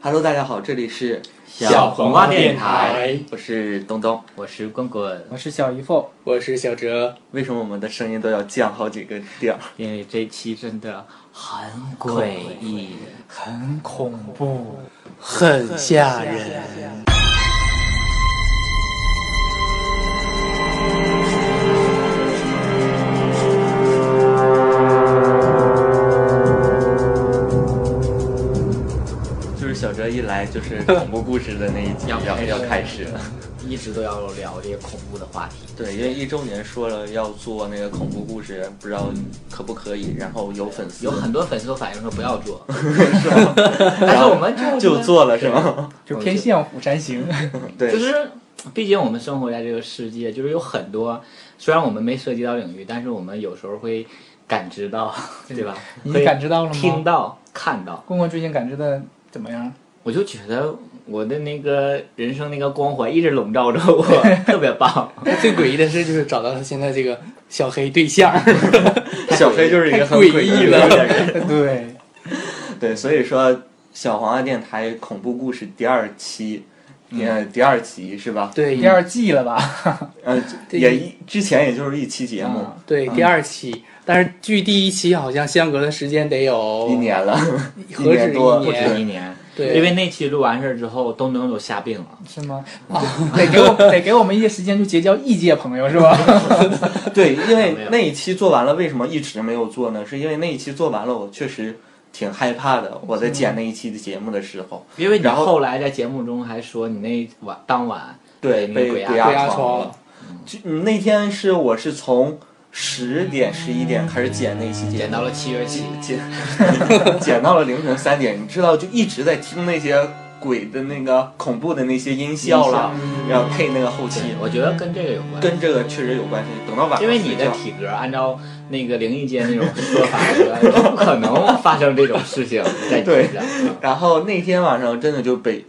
Hello，大家好，这里是小黄瓜电台台，我是东东。我是棍棍，我是小姨父，我是小哲，为什么我们的声音都要降好几个调儿？因为这期真的很诡异，很恐怖。很吓人。就是小哲一来就是 恐怖故事的那一集要要开始要开始了。一直都要聊这些恐怖的话题。对，因为一周年说了要做那个恐怖故事，不知道可不可以。然后有粉 丝有很多粉丝都反映说不要 做，是吗？但是我们就就做了是吗？就偏向《虎山 行》对，就是，毕竟我们生活在这个世界，就是有很多，虽然我们没涉及到领域，但是我们有时候会感知到，对吧？你会感知到了吗听到、看到，公公最近感知的怎 么样？我就觉得我的那个人生那个光环一直笼罩着 我，特别棒。那 最诡异的事就是找到他现在这个小黑对象，小飞就是一个很诡异了的人。对， 对，所以说小黄的电台恐怖故事第二期，呃，第二集是吧？对第二季了 吧？呃，对也一之前也就是一期节目，啊对第二期，但是距第一期好像相隔的时间得有一，年了，一 何止年一多， 不年止一年，对因为那期录完事儿之后，东东都吓病了。是吗？ 得 给我得给我们一些时间去结交异界朋友是吧？ 对，因没为有那一期做完了，为什么一直没有做呢？是因为那一期做完了，我确实挺害怕嗯的。我在剪那一期的节目的时候，因为你然后后来在节目中还说你那晚当晚对，被被鬼鬼压嗯被压床床了。就嗯那天是我是从十点十一点开始剪那期节目，捡到了七月七，剪剪 到了凌晨三点，你知道，就一直在听那些鬼的那个恐怖的那些音效啦，然后配那个后期，我觉得跟这个有关。跟这个确实有关系。等到晚上因为你睡的觉体格，按照那个灵异界那种说法，我觉得不可能发生这种事情在你对身上。然后那天晚上真的就被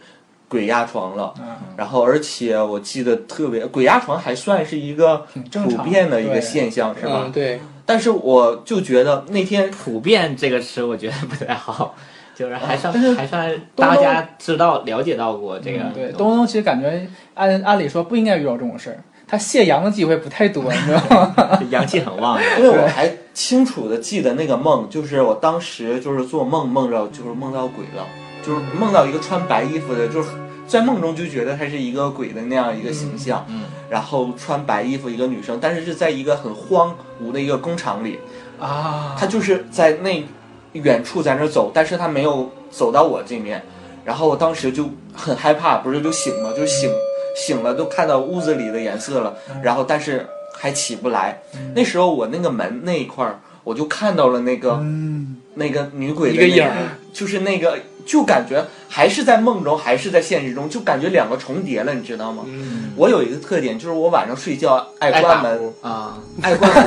鬼压床了，嗯然后而且我记得特别，鬼压床还算是一个挺正普常遍的一个对现象，是吧嗯？对，但是我就觉得那天普遍这个词我觉得不太好，哦就是还算但是还算东大东家知道了解到过这个嗯对，东东东其实感觉按按理说不应该遇到这种事儿，他泄阳的机会不太 多，你知道吗？西 阳气很旺。因为我还清楚的记得那个梦，就是我当时就是做梦梦着就是梦到鬼了，就是梦到一个穿白衣服的，就是在梦中就觉得他是一个鬼的那样一个形象，嗯，然后穿白衣服一个女生，但是是在一个很荒芜的一个工厂里，啊他就是在那远处在那儿走，但是他没有走到我这面，然后我当时就很害怕，不是就醒了，就嗯醒醒了，都看到屋子里的颜色了，嗯然后但是还起不来。那时候我那个门那一块儿，我就看到了那个、嗯，那个女鬼的一个那影儿，就是那个就感觉还是在梦中，还是在现实中，就感觉两个重叠了，你知道吗？嗯，我有一个特点，就是我晚上睡觉爱爱关打门，呼啊，爱关门，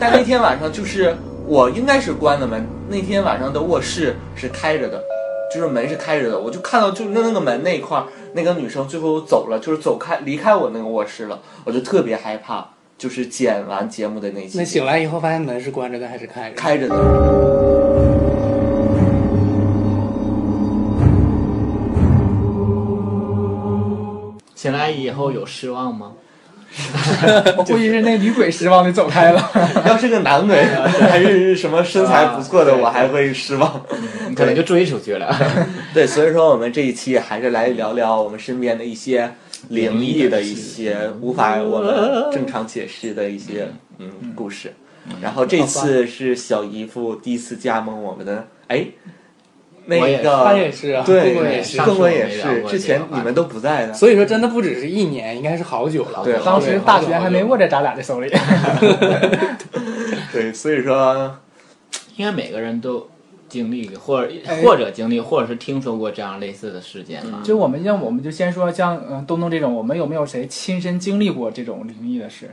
但那天晚上就是我应该是关了门。那天晚上的卧室是开着的，就是门是开着的，我就看到就是那个门那一块儿，那个女生最后走了，就是走开离开我那个卧室了，我就特别害怕。就是剪完节目的那期，那醒来以后发现门是关着的还是开着的？开着的， 醒来以后有失望吗？我估计是那女鬼失望的 走开了。要是个男鬼，还是什么身材不错的，啊对我还会失望。你可能就追出去了。 对，所以说我们这一期还是来聊聊我们身边的一些灵异的一些无法嗯我 们正常解释的一些嗯故事。然后这次是小姨夫第一次加盟我们的，哎，那我也个他也是啊，对，公公也是棍棍也上次我没是，聊过之前你们都不在的，所以说真的不只是一年，应该是好久了。对当时大学还没握在咱俩的手里， 对，所以说应该每个人都经历过，或者、哎或者经历，或者是听说过这样类似的事件吧。就我们像我们就先说像嗯、呃东东这种，我们有没有谁亲身经历过这种灵异的事？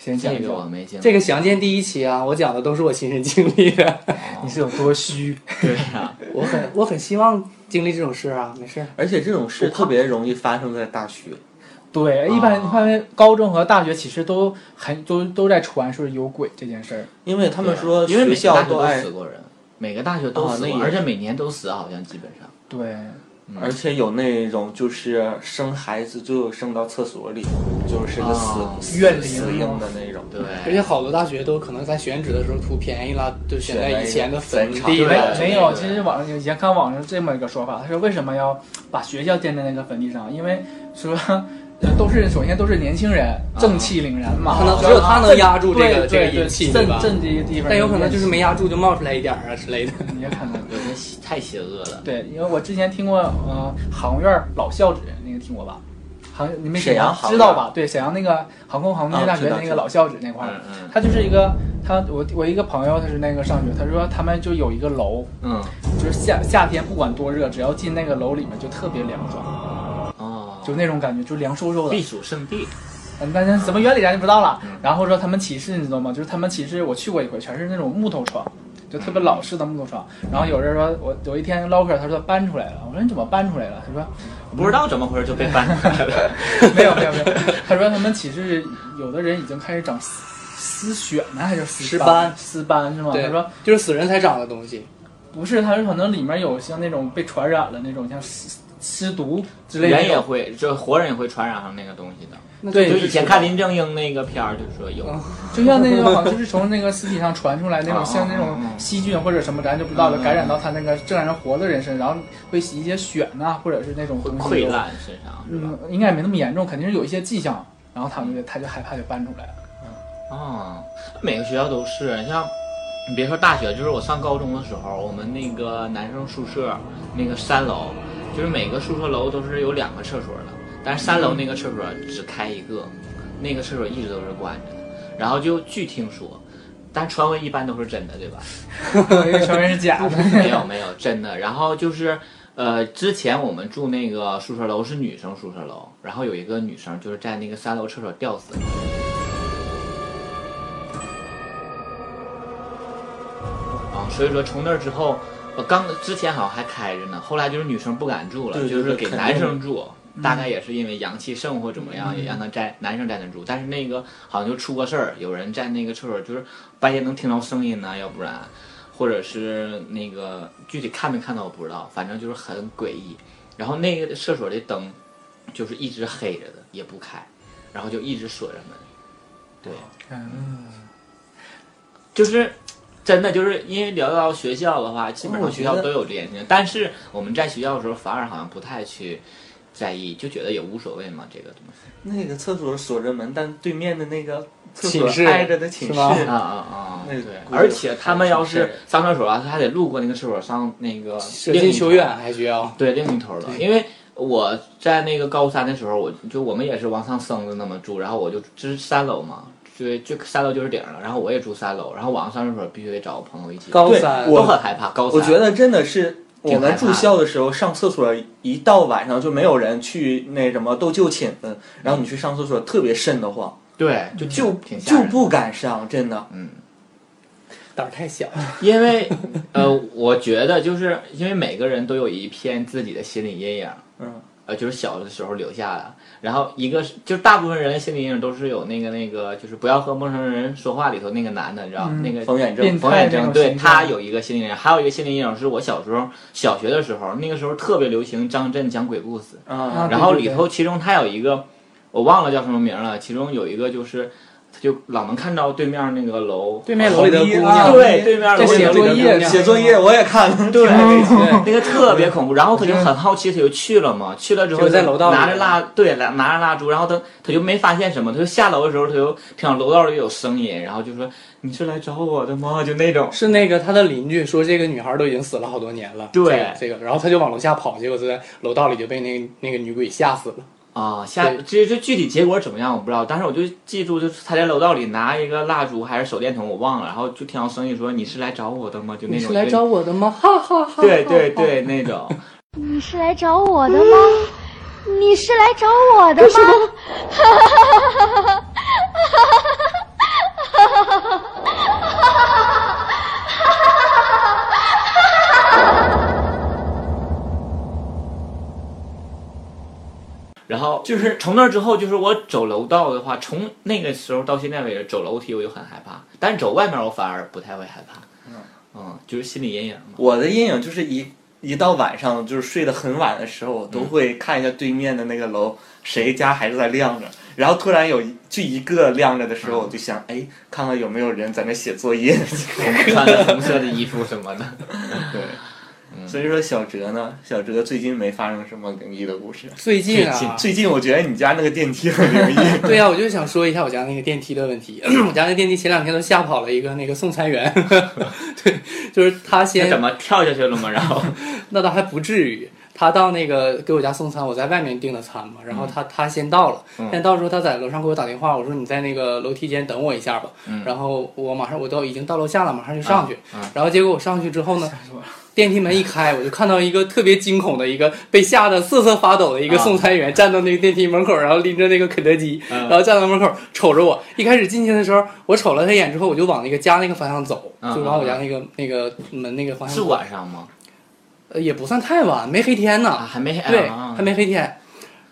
先讲这一个我讲，没见过。这个《详见》第一期啊，我讲的都是我亲身经历的。你是有多 虚？对呀、我很我很希望经历这种事啊，没事儿。而且这种事特别容易发生在大学。对，一般啊你发现高中和大学其实都很都都在传说有鬼这件事儿。因为他们说啊因为学每校个大学都都爱死，过人，每个大学都啊死那过，也而且每年都死，好像基本上。对，而且有那种就是生孩子就生到厕所里，就是个死、啊死怨灵死婴的那种。而对，且好多大学都可能在选址的时候图便宜了，就选在以前的坟地选在了一个坟场。没有，其实网上以前看网上这么一个说法，他说为什么要把学校建在那个坟地上？因为说呃都是首先都是年轻人，正气凛然嘛，啊可能然后只有他能压住这对个这个对对阴气，对正吧？正这个地方，但有可能就是没压住就冒出来一点儿啊之类的。也可 能。有些太邪恶了。对，因为我之前听过，呃，航院老校址，那个听过吧？航你们沈阳航知道吧？对，沈阳那个航空航天大啊学知道的那个老校址那块儿，嗯嗯它就是一个，他我我一个朋友他是那个上学，他说他们就有一个楼，嗯，就是夏夏天不管多热，只要进那个楼里面就特别凉爽，哦，就那种感觉，就凉飕飕的哎避。暑圣地。嗯，但是什么原理咱就不知道嗯了。然后说他们寝室你知道吗？就是他们寝室我去过一回，全是那种木头床，就特别老式的木头床。然后有人说我有一天唠嗑，他说搬出来了，我说你怎么搬出来了？他说不知道怎么回事就被搬出来了。 没有没有没有，他说他们寝室有的人已经开始长丝丝癣呢，还是丝尸斑丝斑是吗？对他说，就是死人才长的东西。不是，他说可能里面有像那种被传染了那种像尸尸毒之类的人那也种。会，就活人也会传染上那个东西的。那对就就是以前看林正英那个片儿，就是说有嗯就像那个好像就是从那个尸体上传出来那 啊种像那种细菌或者什么，咱就不知道了，嗯嗯感染到他那个正常活的人身，上，然后会一些癣呐，或者是那种会东西溃。烂身上，是吧？嗯，应该也没那么严重，肯定是有一些迹象，然后他们就他就害怕就搬出来了。哦，每个学校都是，你像你别说大学，就是我上高中的时候，我们那个男生宿舍那个三楼，就是每个宿舍楼都是有两个厕所的，但是三楼那个厕所只开一个，那个厕所一直都是关着的。然后就据听说，但传闻一般都是真的，对吧？ 因为全是假的， 没有没有，真的。然后就是，呃，之前我们住那个宿舍楼是女生宿舍楼，然后有一个女生就是在那个三楼厕所吊死了。啊，所以说从那儿之后，我刚之前好像还开着呢，后来就是女生不敢住了，对对就是对给肯男定嗯生住。大概也是因为阳气盛或怎么样，也让他在男生在那住，但是那个好像就出过事儿，有人在那个厕所就是半夜能听到声音呢、要不然，或者是那个具体看没看到我不知道，反正就是很诡异。然后那个厕所的灯就是一直黑着的，也不开，然后就一直锁着门。对，嗯就是真的，就是因为聊到学校的话，基本上学哦校我觉都得有这件事情，但是我们在学校的时候反而好像不太去在意，就觉得也无所谓嘛，这个东西。那个厕所锁着门，但对面的那个厕寝室所挨着的寝是吗室啊啊啊！嗯那个对，故事而且他们要是是上厕所啊，他还得路过那个厕所上那个舍另一近求头远还需要。对，另一头儿了。因为我在那个高三的时候，我就我们也是往上升的那么住，然后我就这是三楼嘛，就就三楼就是顶儿了，然后我也住三楼，然后晚上上厕所必须得找朋友一起，高对三我都很害怕。高三，我觉得真的是我挺害们怕住校的时候上厕所，一到晚上就没有人去那什么都就寝了，然后你去上厕所特别瘆得慌，对，就就挺吓就人的不敢上，真的。嗯。胆儿太小，因为，呃，我觉得就是因为每个人都有一片自己的心理阴影，嗯，呃，就是小的时候留下的。然后一个是，就是大部分人的心理阴影都是有那个那个，就是不要和陌生人说话里头那个男的，你知道、嗯那个冯远征变冯远态那征种对形他象有一个心理阴影，还有一个心理阴影是我小时候小学的时候，那个时候特别流行张震讲鬼故事，啊啊，然后对对里对头其中他有一个我忘了叫什么名了，其中有一个就是他就老能看到对面那个楼，啊对面楼里的姑娘，对对啊面楼在里写的作那个业，写作业我也看了，对那个特别恐怖，然后他就很好奇，他就去了嘛。去了之后嗯就在楼道里拿着蜡，对，拿拿着蜡烛，然后他他就没发现什么，他就下楼的时候，他就听到楼道里有声音，然后就说：“你是来找我的吗？”就那种， 是那个他的邻居说这个女孩都已经死了好多年了。对这个，这个然后他就往楼下跑，结果就在楼道里就被那个那个女鬼吓死了。啊，下这这具体结果怎么样我不知道，但是我就记住，就是他在楼道里拿一个蜡烛还是手电筒，我忘了，然后就听到声音说：“你是来找我的吗？”就那你种是来找我的吗？哈哈哈哈！对对对那种，你是来找我的吗？你是来找我的吗？然后就是从那之后，就是我走楼道的话，从那个时候到现在为止，走楼梯我就很害怕，但是走外面我反而不太会害怕。嗯，就是心理阴影嘛。我的阴影就是一一到晚上，就是睡得很晚的时候，我都嗯会看一下对面的那个楼，谁家还是在亮着。然后突然有一就一个亮着的时候，我就想，嗯哎，看看有没有人在那写作 业。穿着红色的衣服什 么的。嗯所以说，小哲呢，小哲最近没发生什么灵异的故事。最近啊，，最近 我觉得你家那个电梯很灵异 对啊，我就想说一下我家那个电梯的问题。 我家那电梯前两天都吓跑了一个那个送餐员， 对，就是他他先怎么跳下去了吗？然 后，那倒还不至于。他到那个给我家送餐，我在外面订的餐嘛，然嗯后他他先到了，但到时候他在楼上给我打电话，我说你在那个楼梯间等我一下吧，嗯然后我马上我都已经到楼下了，马上就上去，啊然后结果我上去之后呢，电梯门一开，我就看到一个特别惊恐的一个被吓得瑟瑟发抖的一个啊嗯送餐员站到那个电梯门口，然后拎着那个肯德基，然后站到门口瞅着我。一开始进去的时候，我瞅了他一眼之后，我就往那个家那个方向走，嗯就往我嗯家那个那个门那个方向是走。晚上吗？呃，也不算太晚，没黑天啊，呢。还没，对，啊还没黑天。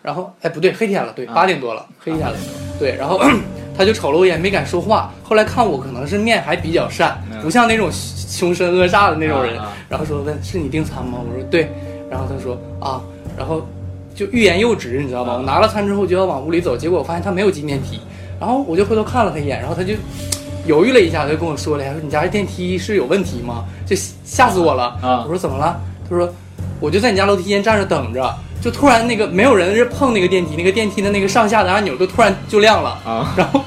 然后，哎，不对，黑天了，对，啊八点多了，黑天了。对，然后 他就瞅了我一眼，没敢说话。后来看我可能是面还比较善，嗯不像那种凶神恶煞的那种人啊啊。然后说问是你订餐吗？我说对。然后他说啊，然后就欲言又止，你知道吧？啊我拿了餐之后就要往屋里走，结果我发现他没有进电梯，然后我就回头看了他一眼，然后他就犹豫了一下，他就跟我说了，他说你家这电梯是有问题吗？就吓死我了。啊我说怎么了？他说我就在你家楼梯间站着等着，就突然那个没有人是碰那个电梯，那个电梯的那个上下的按钮都突然就亮了，啊，然后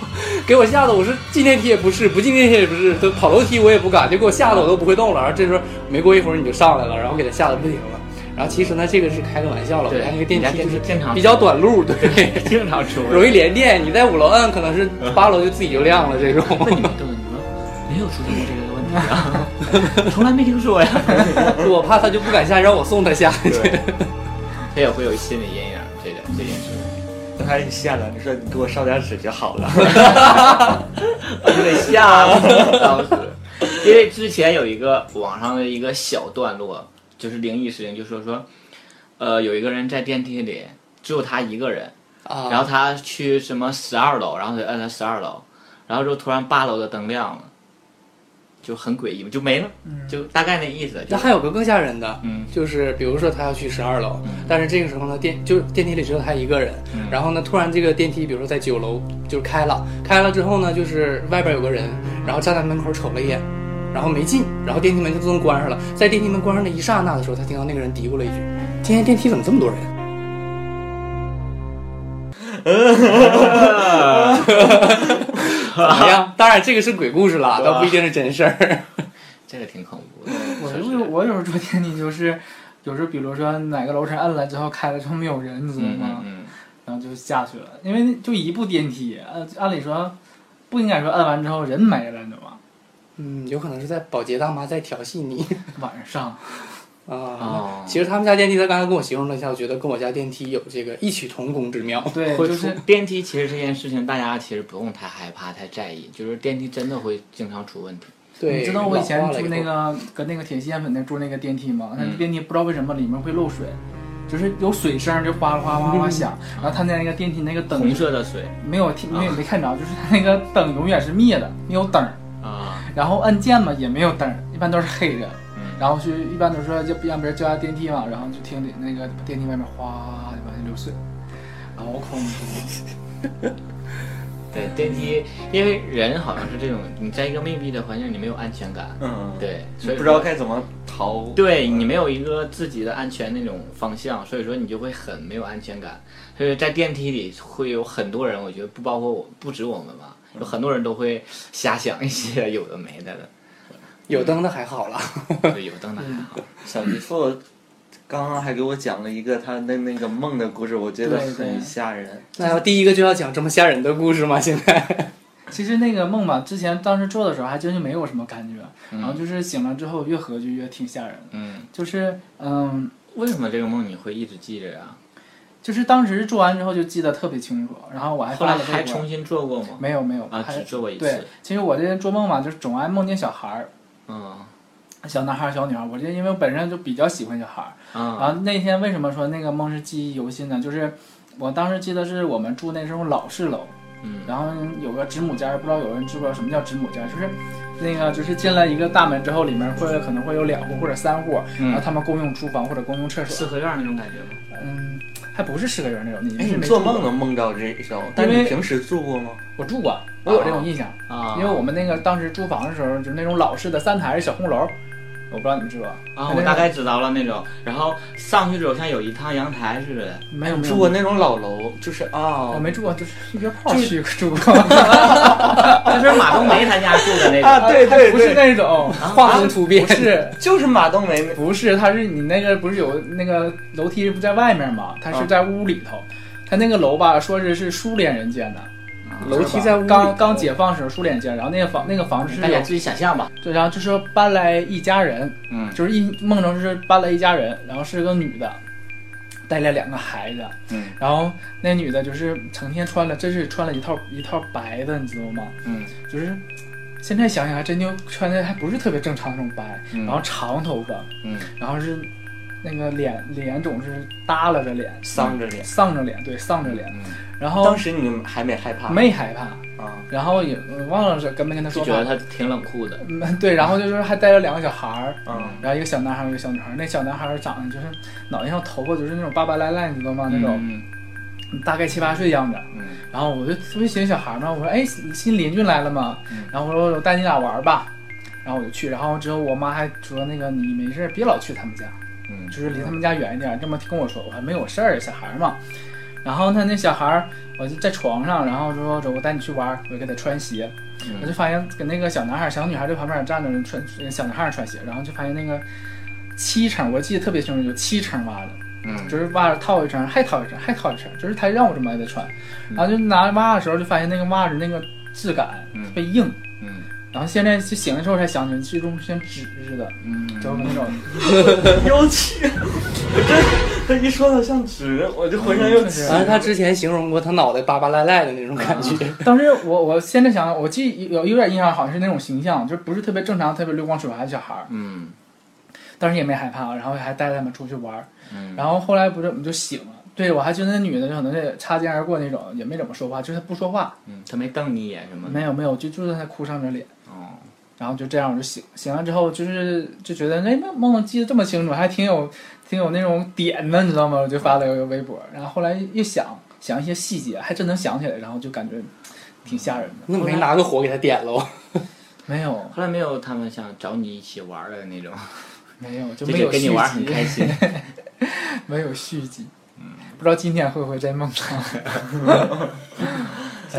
给我吓得我是进电梯也不是，不进电梯也不是，都跑楼梯我也不敢，就给我吓得我都不会动了。然后这时候没过一会儿你就上来了，然后给他吓得不行了。然后其实呢，这个是开个玩笑了，我对家那个电梯就是经常比较短路，对，嗯经常出容易连电。你在五楼摁，可能是八楼就自己就亮了这种。 问你们对，你们没有出现过这个问题啊， 从来没听说呀。我怕他就不敢下，让我送他下去。他也会有心理阴影，这个这件事。刚开始吓的，你说你给我烧点纸就好 了。我就给吓了，当时，因为之前有一个网上的一个小段落，就是灵异事情，就说说，呃，有一个人在电梯里，只有他一个人，啊，然后他去什么十二楼，然后他就按了十二楼，然后就突然八楼的灯亮了，就很诡异嘛，就没了，就大概那意思。就那还有个更吓人的，嗯就是比如说他要去十二楼，但是这个时候呢，电就是电梯里只有他一个人，然后呢，突然这个电梯，比如说在九楼就是开了，开了之后呢，就是外边有个人，然后站在门口瞅了一眼，然后没进，然后电梯门就自动关上了，在电梯门关上的一刹那的时候，他听到那个人嘀咕了一句：“今天电梯怎么这么多人？” 怎么样？当然，这个是鬼故事了，倒不一定是真事 儿。这个挺恐怖的。我说实我在我有时候住电梯就是，有时候比如说哪个楼层摁了之后开了之后没有人，你知道嗯吗？嗯嗯，然后就下去了，因为就一部电梯，按按理说不应该说按完之后人没了，你知道吗？嗯，有可能是在保洁大妈在调戏你。晚 上啊、哦其实他们家电梯，他刚才跟我形容了一下，我觉得跟我家电梯有这个异曲同工之妙。对，会就出是电梯，其实这件事情大家其实不用太害怕、太在意，就是电梯真的会经常出问题。对，你知道我以前老化了住以那后个跟那个铁西烟粉那住那个电梯吗？那嗯电梯不知道为什么里面会漏水，就是有水声就哗啦哗啦哗啦响，然后他那个电梯那个嗯灯红色的水没有听没有没看着，就是它那个灯永远是灭的，没有灯儿，啊，然后按键嘛也没有灯儿，一般都是黑的。嗯，然后去一般都说就让别人叫下电梯嘛，然后就听里那个电梯外面哗就往下流水，然后我恐怖。对，电梯，因为人好像是这种，你在一个密闭的环境，你没有安全感，嗯，，对，所以不知道说该怎么逃。对你没有一个自己的安全那种方向，所以说你就会很没有安全感。所以在电梯里会有很多人，我觉得不包括我，不止我们吧，有很多人都会瞎想一些有的没的有灯的还好了，的，对，有灯的还好。小姨夫刚刚还给我讲了一个他的那个梦的故事，我觉得对对很吓人。那要第一个就要讲这么吓人的故事吗？现在其实那个梦吧，之前当时做的时候还真就没有什么感觉，然后就是醒了之后越合就越挺吓人的，嗯，就是嗯。为什么这个梦你会一直记着呀、就是当时做完之后就记得特别清楚，然后我还后来发了微还博重新做过吗？没有没有啊，还只做过一对次。，其实我这人做梦嘛，就是总爱梦见小孩儿，嗯小男孩儿、小女孩儿。我这因为我本身就比较喜欢小孩儿，嗯啊然后那天为什么说那个梦是记忆犹新呢？就是我当时记得是我们住那种老式楼，嗯然后有个子母间儿，不知道有人知不知道什么叫子母间儿，就是那个就是进来一个大门之后，里面会可能会有两户或者三户，嗯嗯然啊后他们共用厨房或者共用厕四所，合院那种感觉吗？嗯，还不是四个人那种，你哎，是你没做住过梦能梦到这种，但因你为平时住过吗？我住过，我有这种印象，啊，因为我们那个当时租房的时候，就是那种老式的三台小红楼，我不知道你们知不知道哎啊，我它那大种概知道了那种。然后上去之后像有一趟阳台似的，没有没有住过那种老楼，就是啊我，哦没住过，就是约炮去 住过就是马冬梅他家住的 那啊种。对对还不是那种，啊画风突变不，是就是马冬梅那不是，它是你那个不是有那个楼梯不在外面啊吗？它是在屋里头。它那个楼吧，说是是苏联人建的，啊楼是梯吧在屋里刚刚解放时候苏联人建的，然后那个房那个房子是大家有，自己想象吧。对，然后就说搬来一家人，嗯就是一梦中就是搬来一家人，然后是个女的，带了两个孩子，嗯然后那女的就是成天穿了，真是穿了一套一套白的，你知道吗？嗯，就是现在想想还真就穿的还不是特别正常那种白，嗯然后长头发，嗯，然后是那个脸脸总是耷拉着脸，丧着脸。丧着脸，对，丧着脸，嗯然后当时你们还没害怕？哦没害怕，啊，然后也我忘了是跟没跟他就说觉得话，他挺冷酷的。嗯，对，然后就是还带了两个小孩儿。嗯，然后一个小男孩儿，一个小女孩儿。那小男孩儿长得就是脑袋上头发就是那种巴巴赖赖，你知道吗？那种嗯大概七八岁样子。嗯然后我就特别喜欢小孩嘛，我说哎，你新邻居来了吗？嗯然后我说我带你俩玩儿吧，然后我就去，然后之后我妈还说那个你没事儿别老去他们家，嗯就是离他们家远一点，这么跟我说，我还没有事儿，小孩嘛。然后他那小孩儿，我就在床上，然后说走，我带你去玩儿，我就给他穿鞋，嗯我就发现跟那个小男孩儿、小女孩儿在旁边站着，穿小男孩儿穿鞋，然后就发现那个七层，我记得特别清楚，有七层袜子。嗯就是袜子套一层，还套一层，还套一层，就是他让我这么再穿，然后就拿袜的时候就发现那个袜子那个质感嗯特别硬，嗯然后现在就醒的时候才想起来，最终像纸似的，嗯，就是那种有趣。我真，他一说到像纸，我就浑嗯身又起。 反正他之前形容过他脑袋巴巴赖赖的那种感觉，当时我我现在想，我记有有点印象，好像是那种形象，就是不是特别正常、特别流光水滑的小孩儿，嗯当时也没害怕，然后还带他们出去玩儿，嗯，然后后来不是我们就醒了，对我还觉得那女的就可能是擦肩而过那种，也没怎么说话，就是她不说话，嗯他没瞪你一眼什么的。没有没有，就就是她哭丧着脸。哦，然后就这样我就醒，醒了之后就是就觉得哎，那梦记得这么清楚，还挺有挺有那种点的，你知道吗？我就发了个微博，然后后来一想想一些细节，还真能想起来，然后就感觉挺吓人的。 那没拿个火给他点 喽。没有后来没有他们想找你一起玩儿的那种，没有就就没有跟续你玩儿很集，开心。 没有续集。不知道今天会不会在梦上？既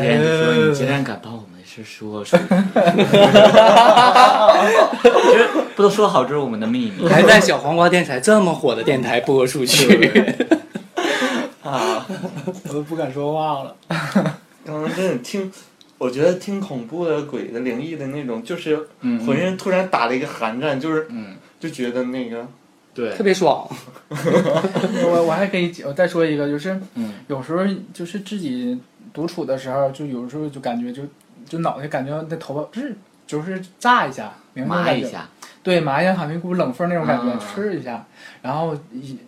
哎然你说你既然敢帮我们是说出，这不都说好这是我们的秘密？还在小黄瓜电台这么火的电台播出去，我都不敢说话 了。刚嗯刚真的听，我觉得听恐怖的、鬼的、灵异的那种，就是嗯浑身突然打了一个寒战，就是嗯，就觉得那个对特，别爽。我我还可以我再说一个，就是嗯有时候就是自己独处的时候，就有时候就感觉就就脑袋感觉那头发就是就是炸一下，明白吗麻一下，对，麻一下好像一股冷风那种感觉，啊吃一下，然后一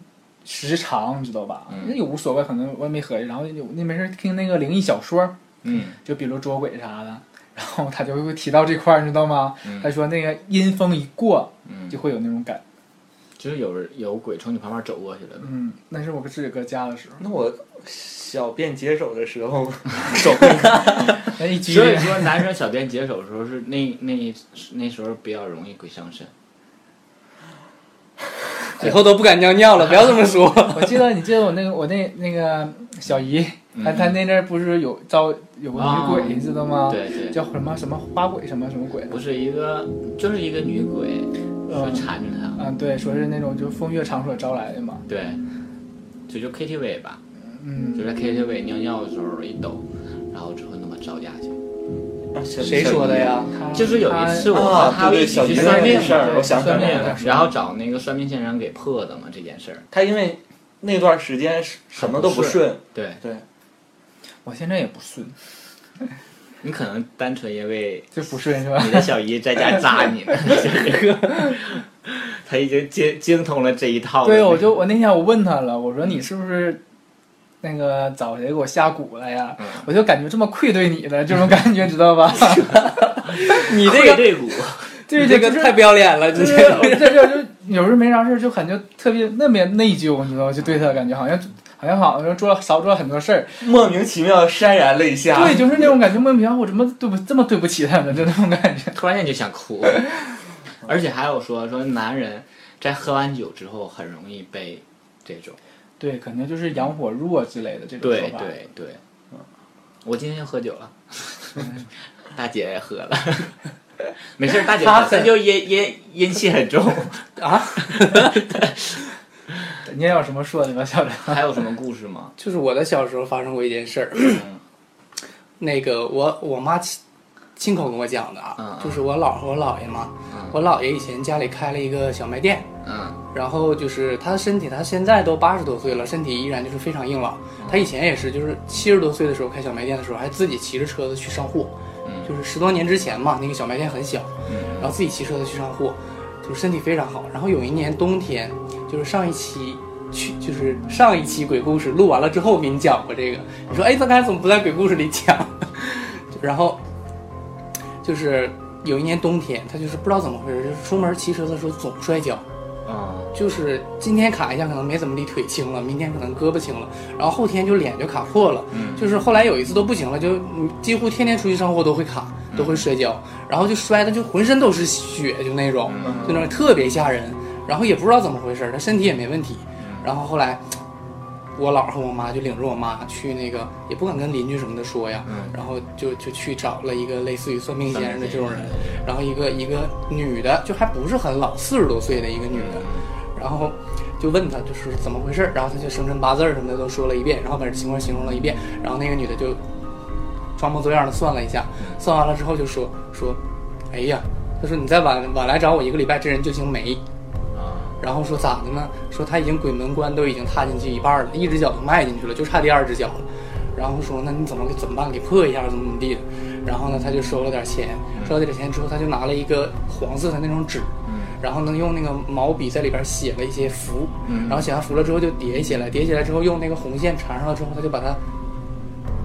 时长你知道吧？嗯那、也无所谓，可能我也没合计。然后有那没事听那个灵异小说，嗯就比如捉鬼啥的，然后他就会提到这块儿，你知道吗？他嗯说那个阴风一过，嗯，就会有那种感。就是有人有鬼从你旁边走过 去了。嗯，那是我自己搁家的时 候，那我小便解手的时候，手那一所以撅，说，男生小便解手的时候是那那那时候比较容易鬼上身。以后都不敢尿尿了，不要这么说。我记得你记得我那个我那那个小姨，嗯她她那阵儿不是有招有个女鬼，你知道吗？对对，叫什么什么花鬼什么什么鬼，不是一个，就是一个女鬼，说嗯缠着他。嗯，对，说是那种就风月场所招来的嘛，对，就就 KTV 吧，嗯，就在 KTV 尿尿的时候一抖，然后之后那么招架去。谁说的？呀？他就是有一次我啊和他对们对一起小去姨算那命事嘛，儿我想起算来命了，然后找那个算命先生给破的嘛这件事儿。他因为那段时间是什么都不顺，对对，我现在也不顺，你可能单纯因为就不顺是吧？你的小姨在家扎你 呢，他已经精精通了这一套了。对，我就我那天我问他了，我说你是不是那个找谁给我下蛊了呀？嗯我就感觉这么愧对你了，这种感觉知道吧？ 你这这个这股，对这对，个就是太不要脸了，你就是这我个。这就就有时候没啥事儿就感觉特别那么内疚，你知道吗？就对他的感觉好像好像好像做了少做了很多事儿，莫名其妙潸然泪下。对，啊就是那种感觉莫名其妙，我怎么对不这么对不起他们，就那种感觉。突然间就想哭。而且还有说说男人在喝完酒之后很容易被这种，对，可能就是阳火弱之类的这种说对法。对对，我今天又喝酒了，嗯大姐也喝了， 没事儿，大姐她喝她就阴阴阴气很重。对，你也有什么说的吧，小刘？还有什么故事吗？就是我的小时候发生过一件事儿，嗯那个我我妈亲亲口跟我讲的嗯啊嗯，就是我姥和我姥爷嘛，我姥爷以前家里开了一个小卖店，嗯然后就是他身体，他现在都八十多岁了，身体依然就是非常硬朗。嗯他以前也是，就是七十多岁的时候开小卖店的时候，还自己骑着车子去上货，嗯就是十多年之前嘛，那个小卖店很小，嗯然后自己骑车子去上货，就是身体非常好。然后有一年冬天，就是上一期去，就是上一期鬼故事录完了之后，给你讲过这个。你说，哎，他刚才怎么不在鬼故事里讲？ 然后就是有一年冬天，他就是不知道怎么回事，就是出门骑车的时候总摔跤。嗯就是今天卡一下，可能没怎么地腿青了，明天可能胳膊青了，然后后天就脸就卡破了。嗯就是后来有一次都不行了，就嗯几乎天天出去上货都会卡，嗯都会摔跤，然后就摔的就浑身都是血，就那种，嗯就那种特别吓人。然后也不知道怎么回事，他身体也没问题。嗯然后后来，我姥儿和我妈就领着我妈去那个，也不敢跟邻居什么的说呀，嗯然后就就去找了一个类似于算命先生的这种人算命，然后一个一个女的，就还不是很老，四十多岁的一个女的，然后就问她就是怎么回事儿，然后她就生辰八字儿什么的都说了一遍，然后把这情况形容了一遍，然后那个女的就装模作样的算了一下，算完了之后就说说，哎呀，她说你再晚晚来找我一个礼拜，这人就姓梅。啊然后说咋的呢？说他已经鬼门关都已经踏进去一半了，一只脚都迈进去了，就差第二只脚了。然后说那你怎么怎么办？给破一下，怎么怎么地的。然后呢，他就收了点钱，收了点钱之后，他就拿了一个黄色的那种纸，然后呢用那个毛笔在里边写了一些符，然后写完符了之后就叠起来，叠起来之后用那个红线缠上了之后，他就把它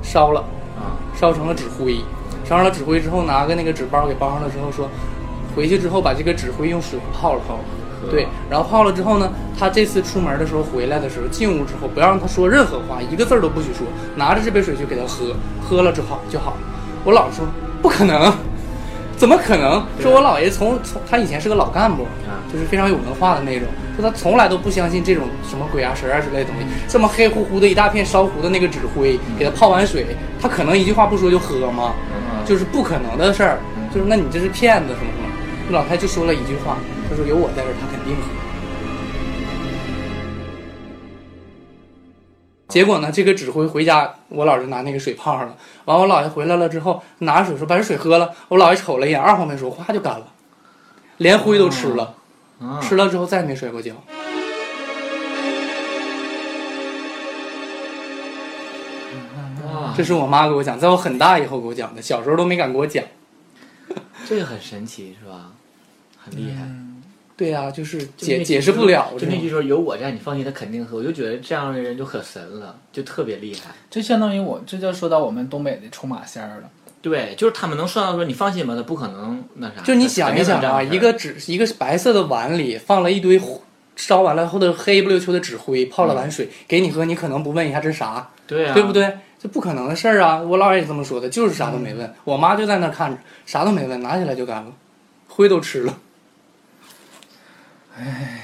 烧了。啊烧成了纸灰，烧成了纸灰之后，拿个那个纸包给包上了之后说，回去之后把这个纸灰用水泡了泡，对，然后泡了之后呢，他这次出门的时候回来的时候，进屋之后不要让他说任何话，一个字儿都不许说，拿着这杯水去给他喝，喝了之后就好了。我姥说不可能，怎么可能？说我姥爷从从他以前是个老干部，啊就是非常有文化的那种，说他从来都不相信这种什么鬼啊神啊之类的东西。这么黑乎乎的一大片烧糊的那个纸灰，给他泡完水，他可能一句话不说就喝吗？就是不可能的事儿，就是那你这是骗子什么什么。那老太就说了一句话，她说有我在这儿，他肯定喝。结果呢，这个纸灰回家，我姥就拿那个水泡上了。完，我姥爷回来了之后，拿着水说把这水喝了。我姥爷瞅了一眼，二话没说，哗就干了，连灰都吃了。啊！吃了之后再也没摔过跤。哇这是我妈给我讲，在我很大以后给我讲的，小时候都没敢给我讲。这个很神奇是吧？很厉害，嗯对呀、就是就解那句解释不了，就这那种句说有我在，你放心，他肯定喝。我就觉得这样的人就可神了，就特别厉害。这相当于我这就说到我们东北的出马仙儿了。对，就是他们能算到说你放心吧，他不可能那啥。就你想一想肯定能这啊，样一个纸一个白色的碗里放了一堆灰烧完了后的黑不溜秋的纸灰，泡嗯了碗水、给你喝，你可能不问一下这是啥，对啊，对不？对？这不可能的事儿啊！我姥爷也这么说的，就是啥都没嗯问，我妈就在那儿看着，啥都没问，拿起来就干了，灰都吃了。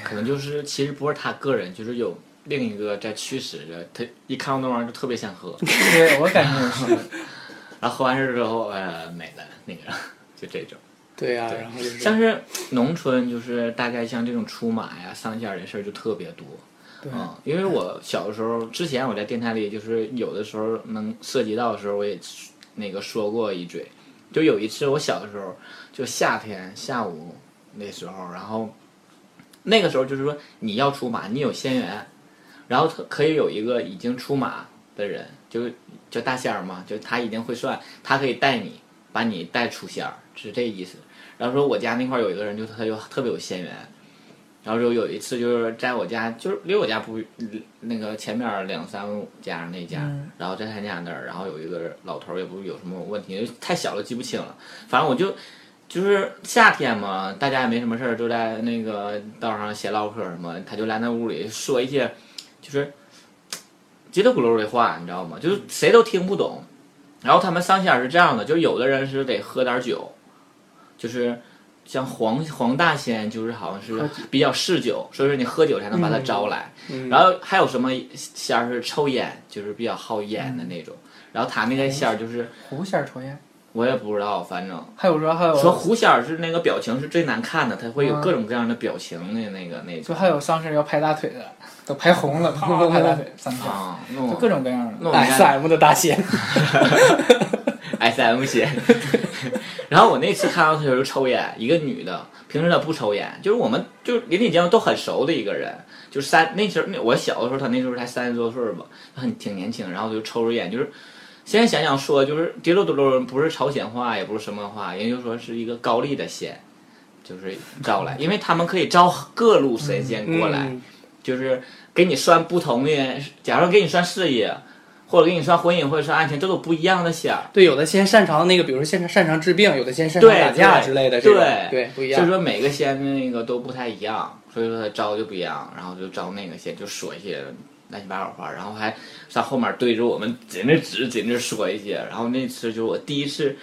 可能就是其实不是他个人，就是有另一个在驱使着他，一看到那玩意儿就特别想喝，对我感觉也是，然后喝完事儿之后呃没了那个，就这种。对呀、然后就是像是农村，就是大概像这种出马呀、上仙儿的事儿就特别多。对嗯，因为我小的时候，之前我在电台里就是有的时候能涉及到的时候，我也那个说过一嘴。就有一次我小的时候，就夏天下午那时候，然后那个时候就是说你要出马，你有仙缘，然后他可以有一个已经出马的人，就叫大仙儿嘛，就他已经会算，他可以带你，把你带出仙儿，是这意思。然后说我家那块儿有一个人，就他就特别有仙缘，然后就有一次就是在我家，就是离我家不那个前面两三家那家，嗯然后在他家那儿，然后有一个老头儿也不是有什么问题，太小了记不清了，反正我就。就是夏天嘛，大家也没什么事儿，就在那个道上闲唠嗑什么，他就来那屋里说一些，就是叽里咕噜的话，你知道吗？就是谁都听不懂。然后他们上仙是这样的，就是有的人是得喝点酒，就是像黄黄大仙，就是好像是比较嗜酒，所以说你喝酒才能把他招来。嗯然后还有什么仙儿是抽烟，就是比较好烟的那种。然后他那个仙儿就是狐仙儿抽烟，我也不知道，反正还有说还有说狐仙儿是那个表情是最难看的，他会嗯有各种各样的表情的那个那就种还有上身要拍大腿的，都拍红了，啪啪拍大腿，三片，啊，那就我各种各样的。那我们，S 家 M 的大仙， S M 鞋。然后我那次看到他就是抽烟，一个女的，平时她不抽烟，就是我们就是邻里间都很熟的一个人，就是三那时候那我小的时候，她那时候才三十多岁吧，很挺年轻，然后就抽着烟，就是现在想想说就是滴溜滴溜，不是朝鲜话，也不是什么话，人家就说是一个高丽的仙，就是招来，因为他们可以招各路神仙过来。嗯就是给你算不同的，假如给你算事业，或者给你算婚姻，或者算爱情，这都不一样的线儿。对，有的先擅长那个，比如说擅长擅长治病，有的先擅长对打架对之类的，对这种对，不所一以样。说每个仙的那个都不太一样，所以说他招就不一样，然后就招那个仙，就说一些乱七八糟话，然后还上后面对着我们紧着指紧着说一些，然后那次就是我第一次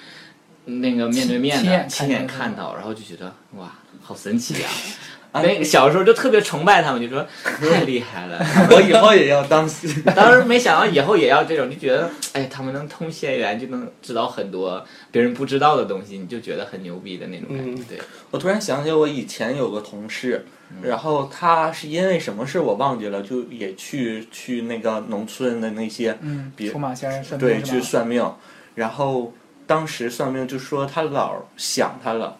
那个面对面亲的眼亲眼看看到，然后就觉得哇，好神奇 呀、那个小时候就特别崇拜他们，就说太厉害了。我以后也要当戏。当时没想到以后也要这种，就觉得哎，他们能通仙缘，就能知道很多别人不知道的东西，你就觉得很牛逼的那种感觉。嗯对， 我突然想起我以前有个同事，然后他是因为什么事我忘记了，就也去去那个农村的那些嗯，比出马仙儿顺对便去是吧？算命，然后当时算命就说他老想他了，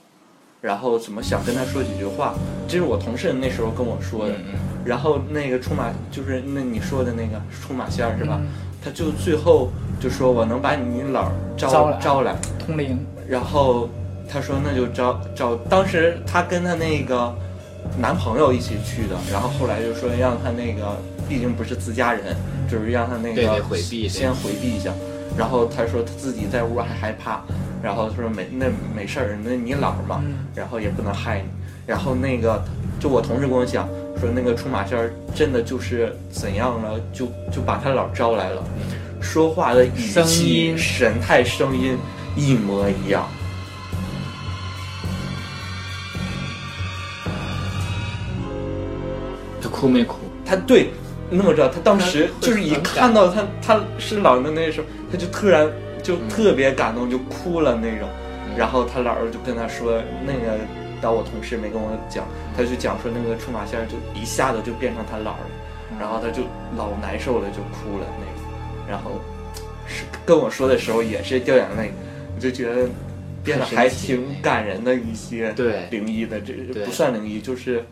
然后怎么想跟他说几句话，这是我同事那时候跟我说的。嗯然后那个出马就是那你说的那个出马仙儿嗯是吧？他就最后就说我能把你老招招来招来，通灵，然后他说那就招招，当时她跟她那个男朋友一起去的，然后后来就说让她那个，毕竟不是自家人，就是让她那对个得回避先回避一下。然后她说她自己在屋还害怕，然后她说没那没事儿，那你老嘛，嗯然后也不能害你。然后那个就我同事跟我讲说，那个出马仙儿真的就是怎样了，就就把他老招来了，说话的语声气、音神态、声音一模一样。嗯，他哭没哭？他对，那么着，他当时就是一看到他他是老人的那时候，他就突然就特别感动，就哭了那种。然后他姥姥就跟他说，那个当我同事没跟我讲，他就讲说那个出马仙儿就一下子就变成他姥了，然后他就老难受了，就哭了那种。然后是跟我说的时候也是掉眼泪，我就觉得变得还挺感人的一些对灵异的，这对不算灵异，就是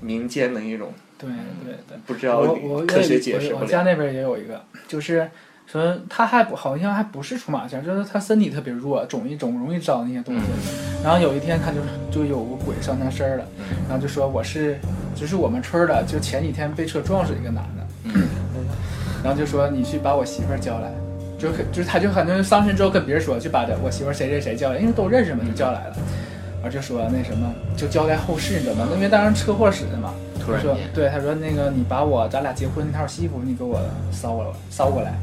民间的一种。对对对。不知道我我科学解释我不我了。家那边也有一个，就是说他还不好像还不是出马仙，就是他身体特别弱，肿一肿容易招那些东西。嗯然后有一天他就就有个鬼上他身儿了，然后就说我是就是我们村儿的，就前几天被车撞死一个男的，嗯然后就说你去把我媳妇儿叫来。就是就是，他就可能上身之后跟别人说，就把我媳妇儿谁谁谁叫来，因为都认识嘛，就叫来了，然后就说那什么，就交代后事，你知道吗？因为当时车祸死的嘛，突然他说间对，他说那个你把我咱俩结婚那套西服你给我捎过来，捎过来，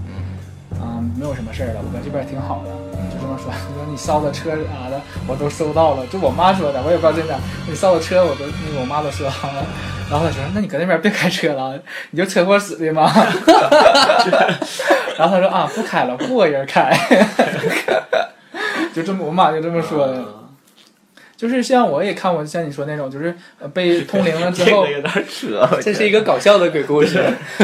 嗯啊、没有什么事儿了，我搁这边儿挺好的，就这么说。他说你捎的车啥的我都收到了，这我妈说的，我也不知道真假。你捎的车我都那个我妈都收到了，然后他说那你搁那边儿别开车了，你就车祸死的吗？ 然后他说啊不开了，过人开，就这么我妈就这么说的。就是像我也看过，像你说那种，就是呃被通灵了之这 后个，有点扯，啊我这觉是得一个搞笑的鬼故事，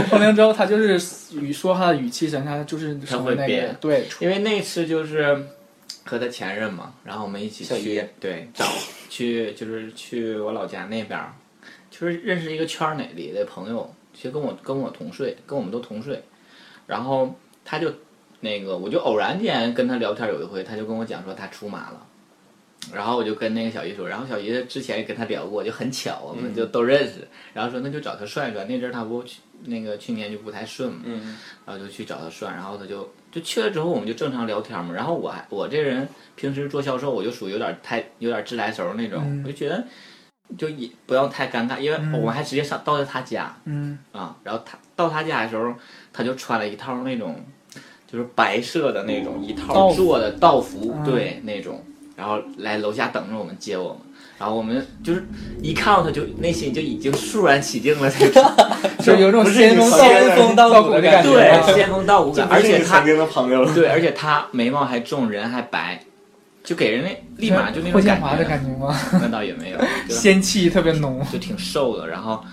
通灵之后，他就是语说话的语气神态，他就是他成会为那个变对因为那次就是和他前任嘛，然后我们一起小姨去对找去就是去我老家那边儿，就是认识一个圈儿内里的朋友，其实跟我跟我同岁，跟我们都同岁，然后他就那个我就偶然间跟他聊天有一回，他就跟我讲说他出马了，然后我就跟那个小姨说，然后小姨之前也跟他聊过，就很巧，我们嗯就都认识。然后说那就找他涮一涮，那阵儿他不去那个去年就不太顺嘛，嗯然后呃就去找他涮，然后他就就去了之后我们就正常聊天嘛。然后我还我这人平时做销售我就属于有点太有点自来熟那种，嗯我就觉得就也不要太尴尬，因为嗯我们还直接上到了他家，嗯啊，然后他到他家的时候，他就穿了一套那种，就是白色的那种一道套服做的道服，嗯对那种，然后来楼下等着我们接我们，然后我们就是一看到他就内心就已经肃然起敬了 那种，就有种不是仙你风曾道经的风道骨的感觉，对，仙风道骨这感，不而是且你他曾经的朋友了。 对，而且他眉毛还重，人还白，就给人那立马就那种霍建感华的觉，感觉吗？那倒也没 有，就仙气特别浓，就挺瘦的，然后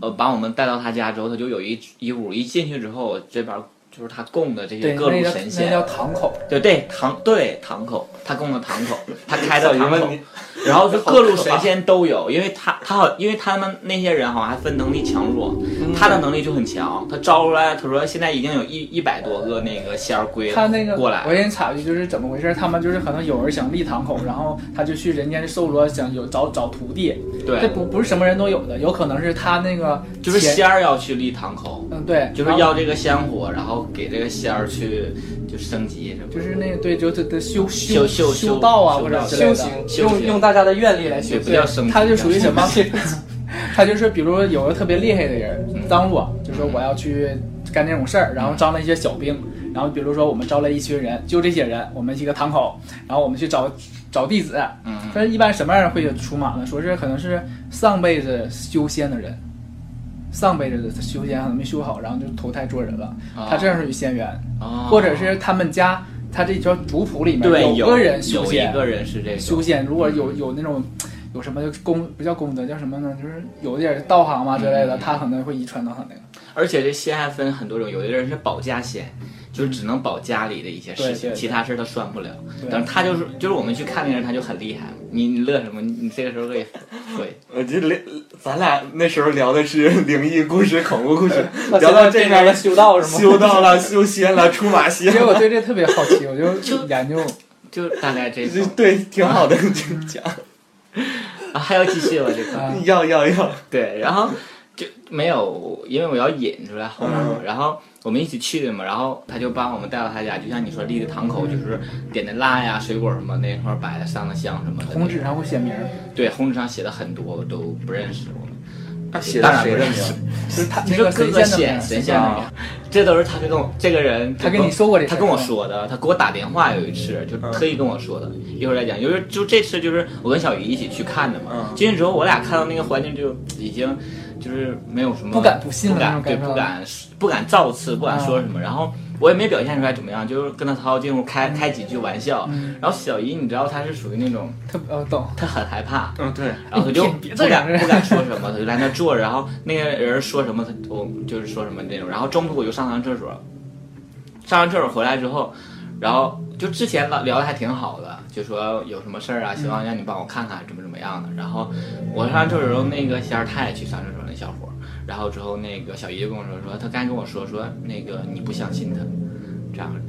呃把我们带到他家之后，他就有一一屋，一进去之后这边就是他供的这些对，各那路叫神那仙，叫堂口，对对堂对堂口，他供的堂口，他开的小姨堂问口，你，然后就各路神仙都有，因为他他好，因为他们那些人好像还分能力强弱，嗯他的能力就很强，他招出来，他说现在已经有一一百多个那个仙儿龟他那个过来我，先插一句，就是怎么回事？他们就是可能有人想立堂口，然后他就去人间搜罗，想有找找徒弟。这对，不不是什么人都有的，有可能是他那个就是前仙儿要去立堂口，嗯对，就是然后要这个香火，然后给这个仙儿去就升级什么的，就是那个对，就就就修修修修道啊修或者道之类修的行，修用行用大家的愿力来对修不行。叫升级，他就属于叫什么？ 他就是比如有个特别厉害的嗯人，张罗，就说我要去干这种事儿，然后招了一些小兵，然后比如说我们招来一群人，就这些人，我们一个堂口，然后我们去找找弟子。嗯嗯说一般什么样人会出马呢？说是可能是上辈子修仙的人，上辈子的修仙可能没修好，然后就投胎做人了，啊他这样属于仙缘，哦或者是他们家他这条族谱里面对有个有人修有仙，一个人是这个修仙，如果嗯有有那种有什么功不叫功德叫什么呢？就是有点道行嘛之类的，嗯他可能会遗传到他那个。而且这仙还分很多种，有的人是保家仙，就是只能保家里的一些事对对情，对其他事儿他算不了。对但是他就是就是我们去看那个人，他就很厉害。你你乐什么？你你这个时候可以 会我呃这聊，咱俩那时候聊的是灵异故事、恐怖故事，那聊现到在这边变了成了，修道是吗？修道了、修仙了、出马 其仙实了，我对这特别好奇，我就就研究就大概这这种对挺好的， 就讲啊，还要继续吗？这个 啊，要要要，对，然后就没有，因为我要引出来后面嗯嘛。然后我们一起去的嘛，然后他就把我们带到他家，就像你说立的堂口，就是点的蜡呀、水果什么那块儿摆的，上的香什么的。红纸上会写名儿，对红纸上写的很多，我都不认识我们。啊写当的然谁不的认名字？识就是他你那说个各神个仙的名县儿神仙那个，这都是他跟我这个人，他跟你说过这事他儿跟我是吗说的，他给我打电话有一次，就特意跟我说的，一会儿再讲。就是就这次就是我跟小鱼一起去看的嘛，嗯进去之后我俩看到那个环境就已经就是没有什么不敢不信了嗯不那敢种对感受不敢不敢造次，不敢说什么，然后。我也没表现出来怎么样，就是跟他套套近乎，开开几句玩笑。嗯然后小姨，你知道她是属于那种，特呃懂，她很害怕，嗯，对，然后他就哎别别这不样敢不敢说什么，他就在那坐着，然后那个人说什么，他我就是说什么那种。然后中途我就上趟厕所，上完厕所回来之后，然后就之前聊聊的还挺好的，就说有什么事儿啊，希望让你帮我看看怎么怎么样的。然后我上完厕所之后，那个仙儿他也去上厕所，那小伙儿。然后之后那个小姨就跟我说说，他刚才跟我说说那个你不相信他，这样的。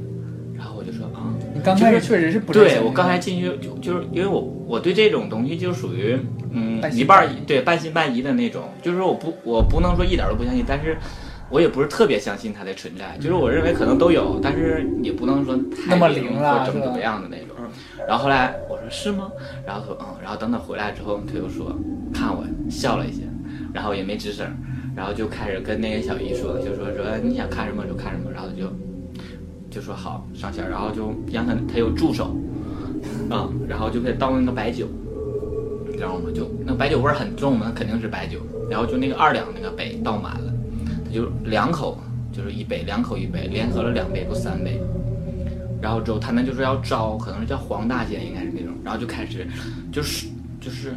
然后我就说啊。你刚开始就是确实是不认识对那个我刚才进去就就是因为我我对这种东西就属于嗯半信一半儿对半信半疑的那种，就是我不我不能说一点儿都不相信，但是我也不是特别相信它的存在，就是我认为可能都有，但是也不能说太那么灵灵了或怎么是吧嗯怎么样的那种。然后后来我说是吗？然后他说嗯，然后等他回来之后，他就说看我笑了一下，然后也没吱声，然后就开始跟那个小姨说，就说说你想看什么就看什么，然后就就说好上线，然后就让他他有助手，啊、然后就给倒那个白酒，然后我们就那白酒味儿很重嘛，肯定是白酒，然后就那个二两那个杯倒满了，他就两口就是一杯，两口一杯，连喝了两杯都三杯。然后之后他们就是要招，可能是叫黄大仙，应该是那种，然后就开始就是就是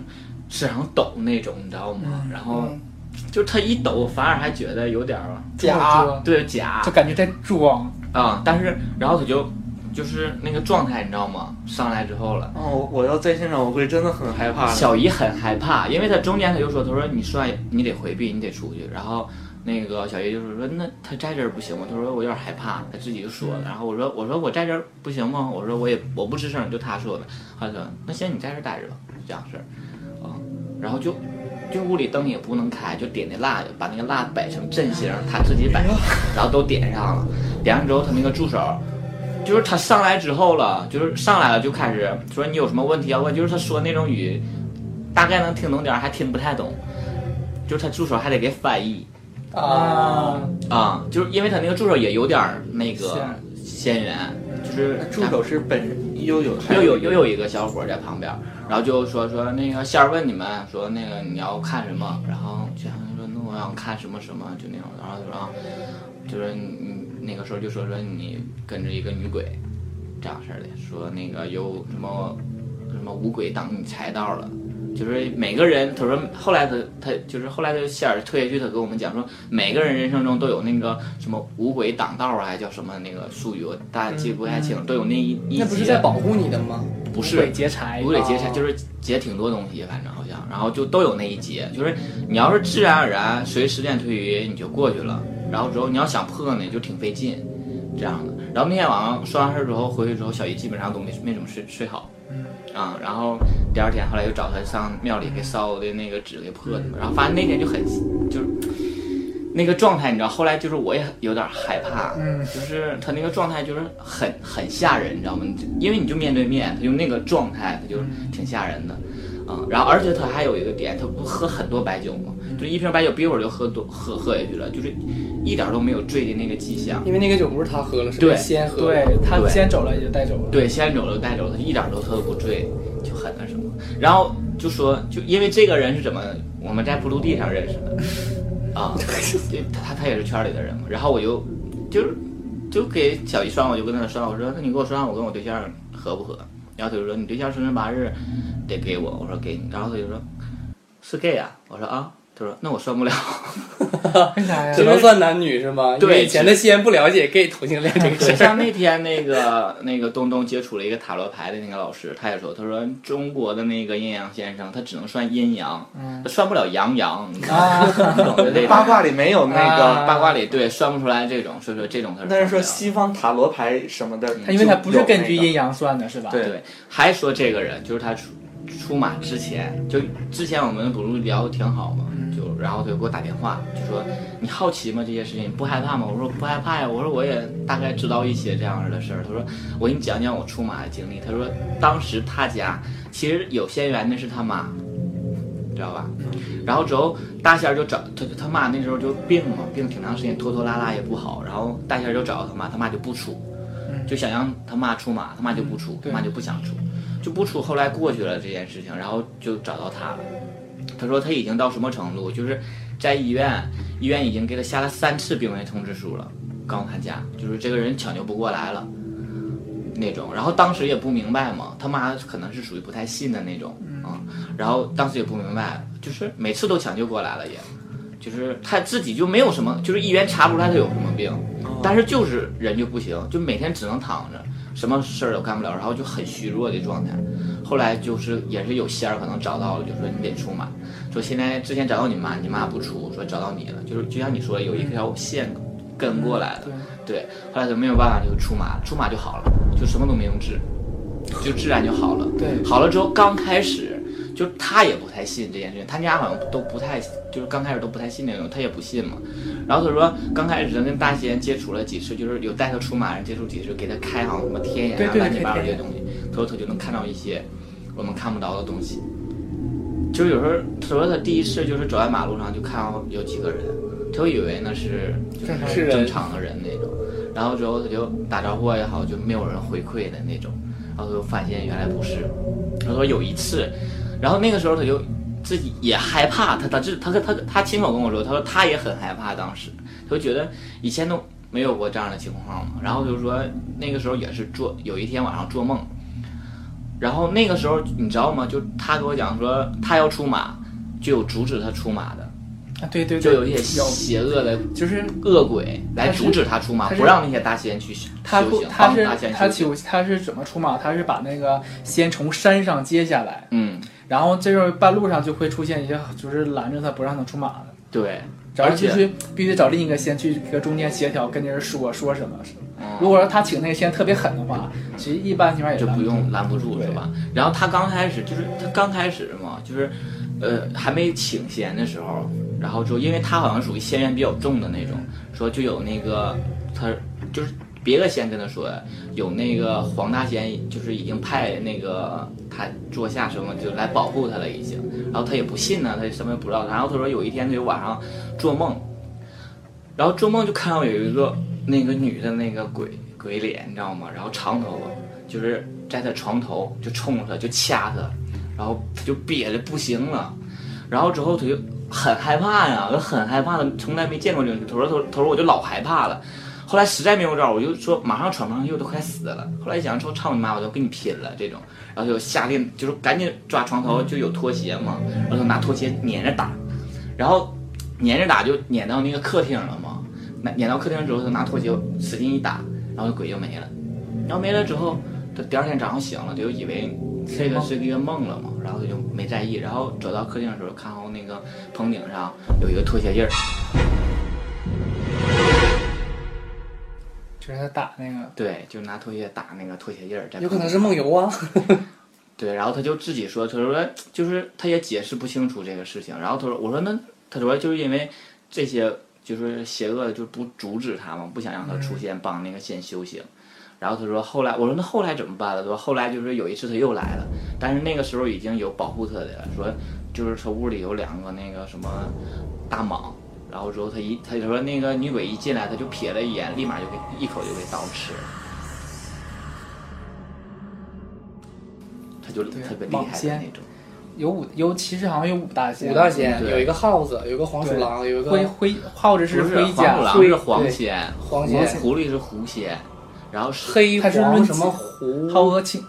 身上抖那种，你知道吗？然嗯后就是他一抖，我反而还觉得有点儿假，对假，就感觉在装，啊、但是然后他就就是那个状态，你知道吗？上来之后了，哦，我我要在现场，我会真的很害怕的。小姨很害怕，因为她中间她就说，她说你帅，你得回避，你得出去。然后那个小叶就是说，那他在这儿不行吗？他说我有点害怕，他自己就说了。然后我说我说我在这儿不行吗？我说我也我不吱声，就他说的。他说那行，你在这儿待着吧，就这样式儿啊、然后就就屋里灯也不能开，就点那蜡，把那个蜡摆成阵型，他自己摆，然后都点上了。点上之后，他那个助手就是他上来之后了，就是上来了就开始说你有什么问题要问，就是他说那种语，大概能听懂点儿，还听不太懂，就是他助手还得给翻译。啊，啊、就是因为他那个助手也有点儿那个仙仙缘，就是助手是本身又有还又有又有一个小伙儿在旁边儿，然后就说说那个仙儿问你们说那个你要看什么，然后就好像说那我想看什么什么就那种，然后就说啊，就是你那个时候就说说你跟着一个女鬼这样式儿的，说那个有什么什么五鬼挡你财道了。就是每个人，他说后来他他就是后来他仙儿退下去，他跟我们讲说，每个人人生中都有那个什么五鬼挡道啊，还叫什么那个术语，我大家记不太清，都有那一一那不是节在保护你的吗？不是鬼劫财不，得劫哦就是劫挺多东西，反正好像，然后就都有那一劫，就是你要是自然而然随时间推移你就过去了，然后之后你要想破呢就挺费劲，这样的。然后那天晚上说完事儿之后回去之后，小姨基本上都没没怎么睡睡好，啊、然后第二天后来又找他上庙里给烧的那个纸给破了，然后反正那天就很就是那个状态，你知道，后来就是我也有点害怕，嗯就是他那个状态就是很很吓人，你知道吗？你就因为你就面对面，他就那个状态，他就挺吓人的，啊、然后而且他还有一个点，他不喝很多白酒吗？就是一瓶白酒，一会儿就喝多喝喝下去了，就是一点都没有醉的那个迹象。因为那个酒不是他喝了，是对他先喝对的。他对先走了也就带走 了，对，先走了带走了，一点儿都特不醉，就很那什么。然后就说，就因为这个人是怎么，我们在铺陆地上认识的，啊，对，他他也是圈里的人嘛。然后我就就是就给小姨算，我就跟他算，我说那你给我算，我跟我对象合不合？然后他就说你对象生辰八字得给我，我说给你。然后他就说是 gay 啊，我说啊，他说那我算不了。为啥呀只？能算男女是吗？对因为以前的西安不了解 gay 同性恋这个对，事 儿。像那天那个那个东东接触了一个塔罗牌的那个老师，他也说，他说中国的那个阴阳先生，他只能算阴阳，他算不了阳阳，你知道吗？ 你懂 的这种嗯啊八卦里没有那个、啊八卦里对算不出来这种，所以说这种他但是说算西方塔罗牌什么的，他因为他不是根据阴阳，阳算的，是吧？不了对，还说这个人就是他出出马之前，就之前我们不是聊得挺好嘛，嗯就然后他就给我打电话，就说你好奇吗这些事情，你不害怕吗？我说不害怕呀，我说我也大概知道一些这样的事儿。他说我给你讲讲我出马的经历。他说当时他家其实有仙缘的是他妈，知道吧？然后之后大仙儿就找他他妈那时候就病嘛，病挺长时间，拖拖拉拉也不好。然后大仙儿就找他妈，他妈就不出，就想让他妈出马，他妈就不出，他妈就不想出，就不出。后来过去了这件事情，然后就找到他了。他说他已经到什么程度，就是在医院，医院已经给他下了三次病危通知书了，告诉他家，就是这个人抢救不过来了。那种，然后当时也不明白嘛，他妈可能是属于不太信的那种啊、然后当时也不明白，就是每次都抢救过来了也，就是他自己就没有什么，就是医院查不出来他有什么病，但是就是人就不行，就每天只能躺着，什么事儿都干不了，然后就很虚弱的状态。后来就是也是有仙儿可能找到了，就说你得出马，说现在之前找到你妈，你妈不出，说找到你了，就是就像你说的有一条线跟过来了，对，后来就没有办法就出马，出马就好了，就什么都没用治，就自然就好了。对好了之后刚开始就他也不太信这件事情，他家好像都不太，就是刚开始都不太信那种，他也不信嘛。然后他说刚开始他跟大仙接触了几次，就是有带他出马人接触几次，给他开好像什么天眼对啊对乱七八糟这开些天东西，他说他就能看到一些我们看不着的东西。就是有时候，他说他第一次就是走在马路上就看到有几个人，他就以为那是就正常是人正常的人那种，然后之后他就打招呼也好，就没有人回馈的那种，然后他就发现原来不是。他说有一次，然后那个时候他就自己也害怕，他他这他他他亲口跟我说，他说他也很害怕，当时他就觉得以前都没有过这样的情况嘛，然后就说那个时候也是做有一天晚上做梦，然后那个时候你知道吗？就他跟我讲说他要出马，就有阻止他出马的，啊对对对，就有一些有，邪恶的就是恶鬼来阻止他出马，他是不让那些大仙去修他修不，行，他帮是大仙他修行。求他是怎么出马？他是把那个仙从山上接下来，嗯，然后这时候半路上就会出现一些就是拦着他不让他出马的，对，然后就而去必须得找另一个先去一个中间协调，跟这人说说什么。嗯如果说他请那个先特别狠的话，其实一般情况也就拦不住用拦不住对是吧？然后他刚开始就是他刚开始嘛，就是呃还没请贤的时候，然后就因为他好像属于仙缘比较重的那种，说就有那个他就是别的仙跟他说有那个黄大仙就是已经派那个他桌下什么就来保护他了已经，然后他也不信呢，他也什么也不知道。然后他说有一天他就晚上做梦，然后做梦就看到有一个那个女的那个鬼鬼脸，你知道吗？然后长头发，就是在他床头就冲着他就掐他，然后他就憋的不行了，然后之后他就很害怕呀，就很害怕的，从来没见过这种，他说他他说我就老害怕了。后来实在没有招儿，我就说马上喘不上气，我都快死了。后来一想说操你妈，我就跟你拼了这种，然后就下令就是赶紧抓床头，就有拖鞋嘛，然后就拿拖鞋撵着打，然后撵着打就撵到那个客厅了嘛，那撵到客厅之后，他拿拖鞋使劲一打，然后鬼就没了。然后没了之后，他第二天早上醒了，他就以为嗯这个是一个梦了嘛，然后他就没在意。然后走到客厅的时候，看到那个棚顶上有一个拖鞋印儿，就是他打那个，对，就拿拖鞋打那个拖鞋印儿，在有可棚能顶是梦游啊。对，然后他就自己说，他说就是他也解释不清楚这个事情。然后他说，我说那他说就是因为这些就是邪恶的就不阻止他嘛，不想嗯让他出现，帮那个线修行。然后他说后来，我说那后来怎么办了？他说后来就是有一次他又来了，但是那个时候已经有保护他的了，说就是他屋里有两个那个什么大蟒。然后之后他一他就说那个女鬼一进来，他就瞥了一眼，立马就给一口就给刀吃了。他就对特别厉蟒害的仙那种。有五有其实好像有五大仙，五大仙对有一个耗子，有一个黄鼠狼，有一灰个灰耗子是不是灰黄鼠甲，狼灰是黄对仙，黄狐仙狐狸是狐仙，然后是黑它是黄论什么斤浩狐，鹅清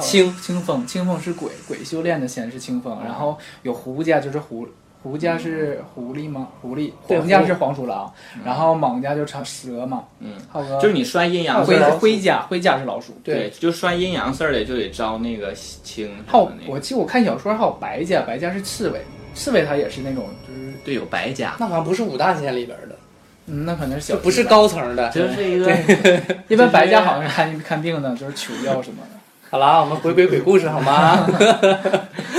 清清风，清风是鬼，鬼修炼的仙是清啊风，然后有狐家就是狐。狐家是狐狸吗？狐狸，嗯对黄家狐嗯是黄鼠狼，然后蟒家就长蛇嘛，嗯，浩哥啊就是你摔阴阳灰事老儿鼠，灰甲，灰甲是老鼠。对，就摔阴阳事儿的就得招那个青什还有么，那我个，记得我看小说还有白家，白家是刺猬，刺猬它也是那种，就是对，有白甲，那好像不是五大仙里边的，嗯，那可能是小就不是白，高层的。就是一个一般白家好像是看看病的，就是求药什么的。好啦，我们回归鬼故事好吗？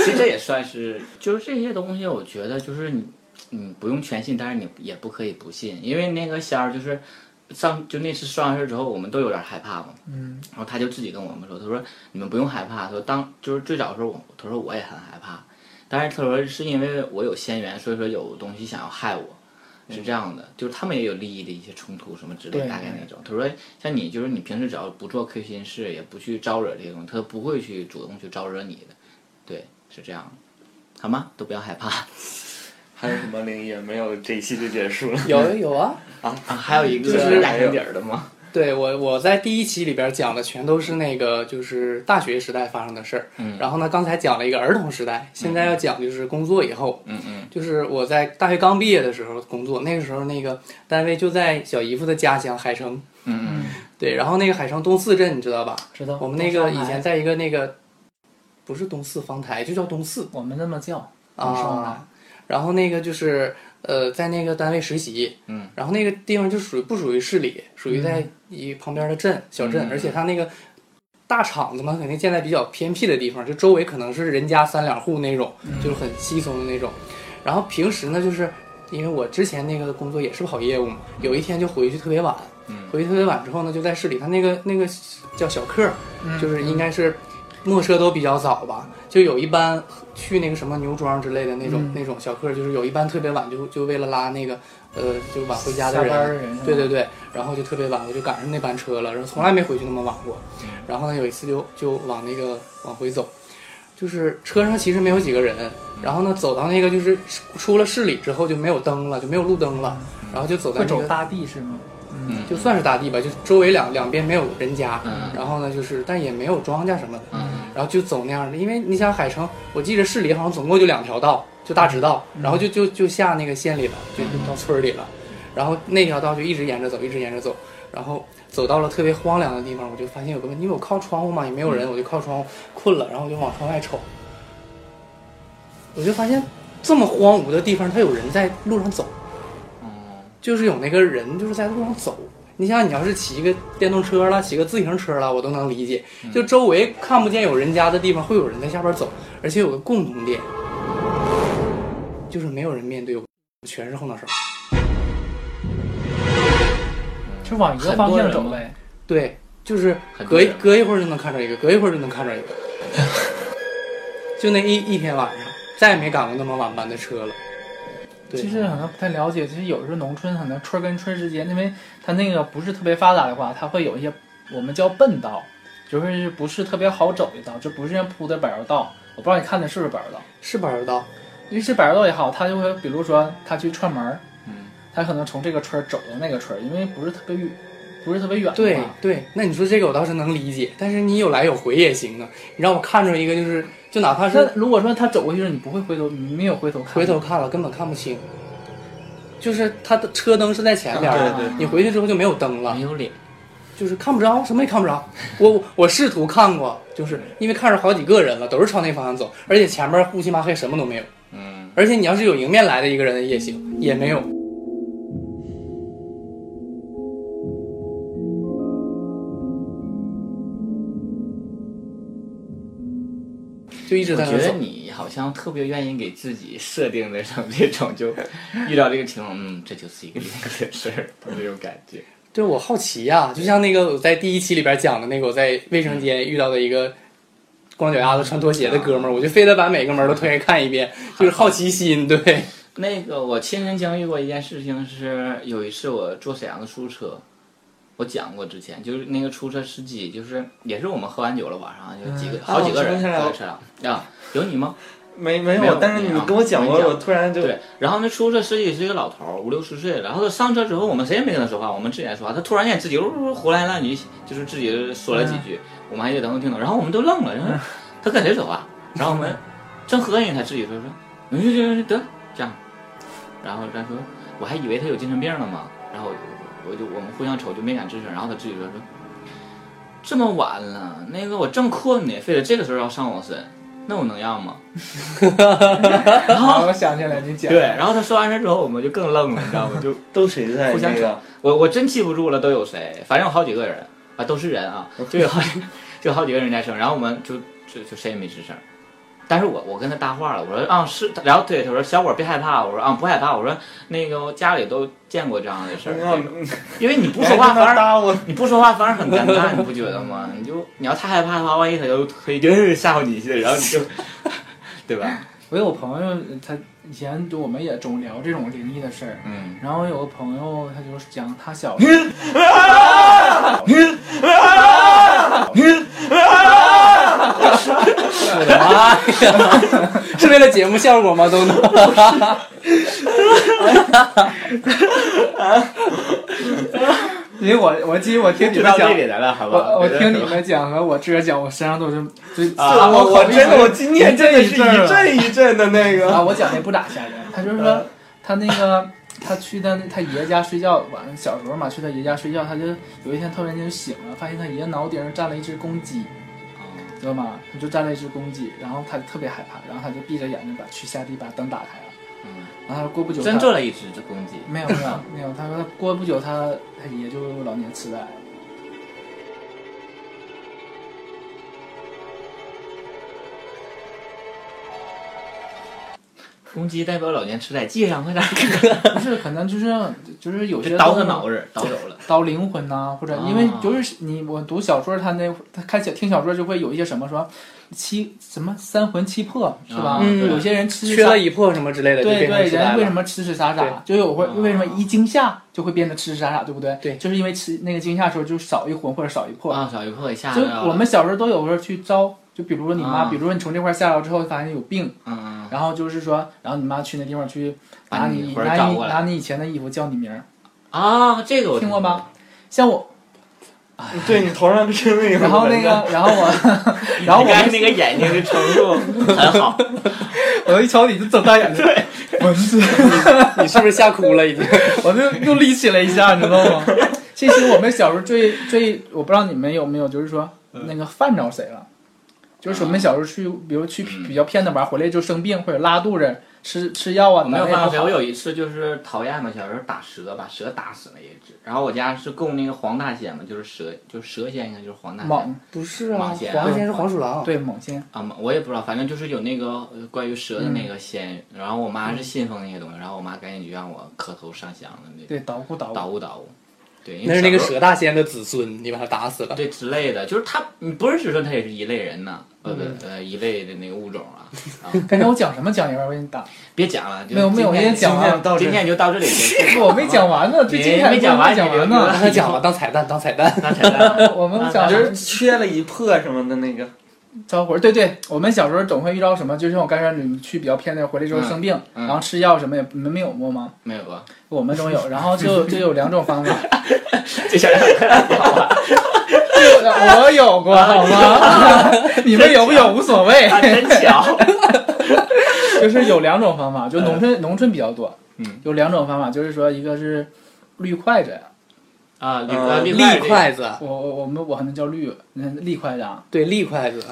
其实这也算是，就是这些东西，我觉得就是你，你嗯不用全信，但是你也不可以不信，因为那个仙儿就是上就那次说完事儿之后，我们都有点害怕嘛。嗯，然后他就自己跟我们说，他说你们不用害怕，他说当就是最早的时候我，他说我也很害怕，但是他说是因为我有仙缘，所以说有东西想要害我。是这样的，就是他们也有利益的一些冲突什么之类，对大概那种。他说，像你就是你平时只要不做亏心事，也不去招惹这些东西，他不会去主动去招惹你的。对，是这样的，好吗？都不要害怕还有什么灵异？没有，这一期就结束 了。 有有啊，啊！还有一个就是压箱底儿的吗？ 对我，我在第一期里边讲的全都是那个就是大学时代发生的事儿。嗯然后呢，刚才讲了一个儿童时代，现在要讲就是工作以后，嗯嗯就是我在大学刚毕业的时候工作，那个时候那个单位就在小姨夫的家乡海城。嗯嗯，对，然后那个海城东四镇你知道吧？知道我们那个以前在一个那个，不是东四方台，就叫东四我们那么叫东双台啊。然后那个就是呃，在那个单位实习，嗯，然后那个地方就属于不属于市里，属于在一旁边的镇小镇，嗯而且它那个大厂子嘛，肯定建在比较偏僻的地方，就周围可能是人家三两户那种，嗯就是很稀松的那种。然后平时呢，就是因为我之前那个工作也是跑业务嘛，有一天就回去特别晚，嗯回去特别晚之后呢，就在市里，他那个那个叫小客，嗯就是应该是末车都比较早吧，就有一班去那个什么牛庄之类的那种、嗯那种小客，就是有一班特别晚就，就为了拉那个呃就晚回家下的班人，的人是吧，对对对，然后就特别晚，我就赶上那班车了，然后从来没回去那么晚过。嗯然后呢，有一次就就往那个往回走，就是车上其实没有几个嗯人，然后呢走到那个就是出了市里之后就没有灯了，就没有路灯了，然后就走到嗯会那走个大地是吗？嗯，嗯，就算是大地吧，就周围两两边没有人家，嗯然后呢就是但也没有庄稼什么的，嗯然后就走那样的，因为你想海城，我记着市里好像总共就两条道，就大直道，然后就就就下那个县里了，就就到村儿里了，然后那条道就一直沿着走，一直沿着走，然后走到了特别荒凉的地方，我就发现有个问题，因为我靠窗户嘛，也没有人，我就靠窗户困了，然后我就往窗外瞅，我就发现这么荒芜的地方，它有人在路上走，就是有那个人就是在路上走。你想，你要是骑个电动车了，骑个自行车了，我都能理解。嗯就周围看不见有人家的地方，会有人在下边走，而且有个共同点，就是没有人面对我，全是后脑勺。就往一个方向走呗。对，就是很隔一多人隔一会儿就能看着一个，隔一会儿就能看着一个。就那一一天晚上，再也没赶过那么晚班的车了。对，其实好像不太了解，其实有时候农村可能村儿跟村儿之间，因为它那个不是特别发达的话，它会有一些我们叫笨道，就是不是特别好走的道，就不是像铺的柏油道。我不知道你看的是不是柏油道，是板儿道，因为是柏油道也好，他就会比如说他去串门儿，嗯，他可能从这个村儿走到那个村儿，因为不是特别远，不是特别远的对话对。那你说这个我倒是能理解，但是你有来有回也行啊。你让我看着一个，就是就哪怕是那如果说他走过去的时候，你不会回头，你没有回头看，回头看了，根本看不清。就是他的车灯是在前边儿啊的，对对你回去之后就没有灯了没。有 脸，就是看不着，什么也看不着。我我试图看过，就是因为看着好几个人了，都是朝那方向走，而且前面乌漆麻黑什么都没有。嗯，而且你要是有迎面来的一个人也行，也没有。就一直我在觉那得走，你好像特别愿意给自己设定的什么这种， 就遇到这个情况，嗯，这就是一个另一个事儿，就这种感觉。 对我好奇呀、就像那个我在第一期里边讲的那个，我在卫生间遇到的一个光脚丫子穿拖鞋的啊哥们儿，我就非得把每个门都推开看一 遍，就是好奇心。对， 那个我亲身经历过一件事情是，有一次我坐沈阳的出租车，我讲过之前，就是那个出租车司机，就是也是我们喝完酒了，晚上就几个、嗯好哦几个我人想起来坐了在车上啊，有你吗？没没没有有，但是没你有跟我讲过，没讲我突然就对，然后那出租车司机是一个老头儿，五六十岁了。然后他上车之后，我们谁也没跟他说话，我们自己在说话。他突然间自己胡乱乱语，就是自己说了几句，我们还也能听懂。然后我们都愣了，然后他跟谁说话？然后我们正合计，他自己说说，嗯，行行行，得这样。然后他说，我还以为他有精神病了嘛。然后我就我们互相瞅就没敢吱声。然后他自己说说，这么晚了，那个我正困呢，非得这个时候要上我身，那我能让吗？然后啊，我想起来你讲，对，然后他说完事之后，我们就更愣了，你知道吗？就都谁在互相那个我我真记不住了，都有谁？反正有好几个人啊，都是人啊，就有好几 就有好几个人在声，然后我们就就就谁也没吱声。但是我我跟他搭话了，我说啊是，然后对他说小伙儿别害怕，我说啊不害怕，我说那个我家里都见过这样的事儿，这个嗯因为你不 说话反而搭我，你不说话反而很尴尬，你不觉得吗？你就你要太害怕的话，万一他就推就吓唬你一下，然后你就 对吧？我有朋友，他以前就我们也总聊这种灵异的事儿，嗯，然后有个朋友他就是讲他小我的妈呀！是为了节目效果吗？都 能。因为我我记得我听你知们道讲这，里来了，好吧？我我别的听是你吧们讲和我自个儿讲，我身上都是就就啊我我真的我今天真的是一这一阵儿阵啊一阵的那啊，个，我讲的不咋吓人。他就是嗯说他那个他去他他爷家睡觉，晚上小时候嘛去他爷家睡觉，他就有一天突然间就醒了，发现他爷脑顶上站了一只公鸡。知道吗？他就站了一只公鸡，然后他特别害怕，然后他就闭着眼睛把去下地把灯打开了，嗯然后他过不久他真做了一只公鸡，没有没有没有，他说他过不久他他爷就老年痴呆了。公鸡代表老年痴呆，系上快点，不是，可能就是就是有些就倒他东西脑子，倒走了。叨灵魂呐、或者啊因为就是你我读小说，他那他看小听小说就会有一些什么说七什么三魂七魄是吧？啊对有些人痴痴缺傻了一破什么之类的，就对变成对，痴呆人为什了。么痴痴傻对傻？就有会啊为什么一惊吓就会变得痴痴傻傻，对不对？对就是因为吃那个惊吓的时候就少一魂或者少一魄。啊，小鱼破给吓就着了。我们小时候都有时候去招，就比如说你妈，啊比如说你从这块下来之后发现有病，嗯，然后就是说，然后你妈去那地方去拿把你你或者拿找你过来拿你以前的衣服叫你名儿，嗯啊，这个我听过吗？像我，对你头上是那个纹的，然后 那个，然后我，然 后你刚才我，那个眼睛的程度 很好，我一瞅你就睁大眼睛，蚊子，你是不是吓哭了已经？ 我就又立起了一下，你知道吗？这是我们小时候最最，我不知道你们有没有，就是说那个犯着谁了，就是我们小时候去，比如去比较偏的玩，回来就生病或者拉肚子，吃吃药啊，我没有哪个也办不法，好我有一次就是讨厌嘛，小时候打蛇，把蛇打死了一只。然后我家是供那个黄大仙嘛，就是蛇，就是蛇仙，应该就是黄大仙猛不是啊，马黄仙仙是黄鼠狼，对猛仙，啊嘛，我也不知道，反正就是有那个呃关于蛇的那嗯个仙。然后我妈是信奉那些东西，然后我妈赶紧就让我磕头上香的那种，对捣鼓捣捣鼓，鼓捣鼓，对，因为那是那个小时候蛇大仙的子孙，你把他打 死了。啊对之类的，就是他，你不是只说他也是一类人呐，呃不嗯呃一类的那个物种啊，啊刚才我讲什么讲一半我给你打，别讲了，就没有没有今我天先讲完今天到这今天就到这里结束， 我没讲完呢，这你精彩没的讲部分完没讲你完留着呢，让他讲吧，当彩蛋，当彩蛋。那扯淡了我们讲就是缺了一破什么的那个，招魂，对对，我们小时候总会遇到什么，就像我刚才你去比较偏的，回来之后生病，嗯嗯然后吃药什么也你们没有过吗？没有吧？我们都有，然后就就有两种方法，这小孩我有 过好吗？ 你们有不有无 所谓，真巧，就是有两种方法，就农村农村比较多，嗯，有两种方法，就是说一个是绿筷子呀，啊，绿呃绿嗯立块筷子，我我我们我还能叫绿，嗯，绿筷子啊，对，立筷子，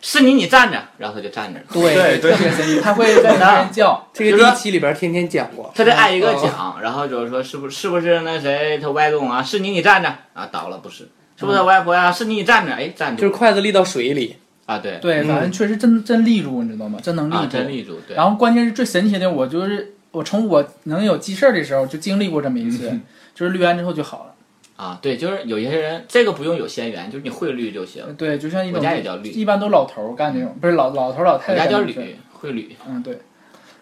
是你你站着，然后他就站着了，对，特别 神奇，它会在那边叫，这个第一期里边天天讲过。他这挨一个哦讲，然后就是说是不是不是那谁他歪动啊？是你你站着啊，倒了不是。是嗯不是他歪不歪啊？是你你站着，哎，站住！就是筷子立到水里，啊，对，对，反正确实真真立住，你知道吗？真能立啊，住，真立住，对，然后关键是最神奇的，我就是我从我能有记事儿的时候就经历过这么一嗯次，就是绿完之后就好了。啊，对，就是有些人这个不用有仙缘，就是你会绿就行。对，就像一种我家也叫绿一般都老头儿干这种，不是老老头儿老我太家太叫干这种事儿。吕，会吕。嗯，对，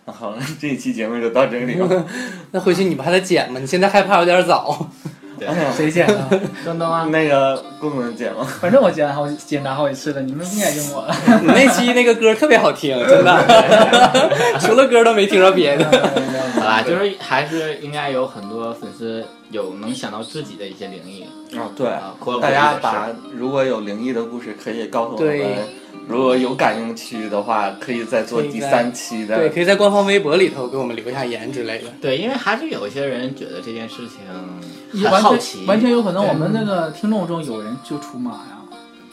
啊好了，这一期节目就到这里 了。那回去你不还得剪吗？你现在害怕有点早。 对，哎呀谁剪啊？东东啊，那个公公姐吗？反正我检查好检查好几次了，你们不敢用我了。你那期那个歌特别 好听，真的，除了歌都没听着别的。 好吧，就是还是应该有很多粉丝有能想到自己的一些灵异啊，对，啊，或大家或者是把如果有灵异的故事可以告诉我对们，如果有感应区的话，可以再做可以第再三期的。对，可以在官方微博里头给我们留下言之类的。对，因为还是有些人觉得这件事情完很好奇，全完全有可能，我们那个听众中有人就出马 呀。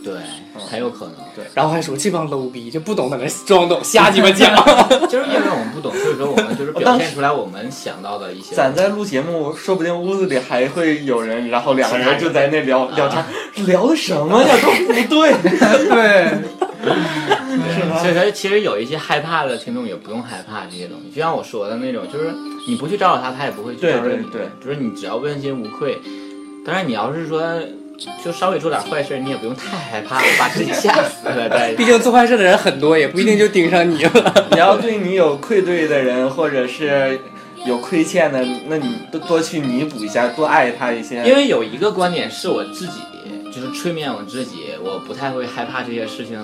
对，很有 可能，对，然后还说这帮 low 逼就不懂，在那装懂，瞎鸡巴讲。 就是因为我们不懂，所以说我们就是表现出来我们想到的一 些。咱在录节目，说不定屋子里还会有人，然后两个人就在那聊聊天，聊的什么呀？都不对，对，是吧所？以说，其实有一些害怕的听众也不用害怕这些东西，就像我说的那种，就是你不去找找他，他也不会去对招惹你。对对就是你只要问心无愧。当然，你要是说就稍微做点坏事，你也不用太害怕，把自己吓死 了。再毕竟做坏事的人很多，也不一定就盯上你了。你要对你有愧对的人，或者是有亏欠的，那你多多去弥补一下，多爱他一些。因为有一个观点是我自己，就是催眠我自己，我不太会害怕这些事情的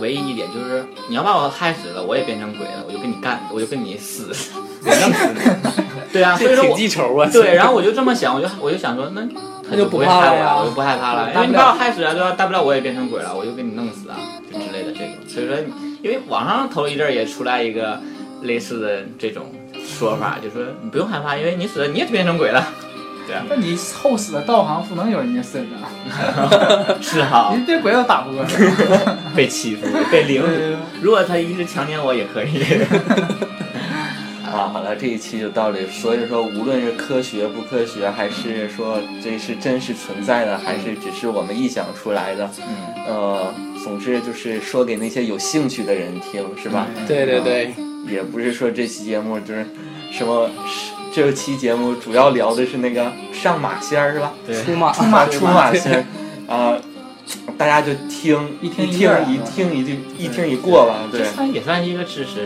唯一一点就是，你要把我害死了，我也变成鬼了，我就跟你干，我就跟你死，我弄死你。对啊，所以 这说挺我记仇啊。对，然后我就这么想，我就我就想说，那他就不不会怕害了我呀啊我就不害怕了，因大为不你了把我害死了，对吧？大不了我也变成鬼了，我就给你弄死啊，就之类的这种。所以说你，因为网上头一阵儿也出来一个类似的这种说法，就说你不用害怕，因为你死了你也变成鬼了。那你后死的道行不能有人家死的，是啊哈，你这鬼都打不过。被欺负，被凌辱。如果他一直强奸我也可以。啊，好了，这一期就到这里。所以说，无论是科学不科学，还是说这是真实存在的，还是只是我们臆想出来的，嗯，呃，总之就是说给那些有兴趣的人听，是 吧？ 对对对，嗯也不是说这期节目就是什么，这期节目主要聊的是那个上马仙儿，是吧？对，出马啊 出马仙儿，啊、大家就听一听听一一乐啊听一句一听一过吧，这对。算也算是一个知识，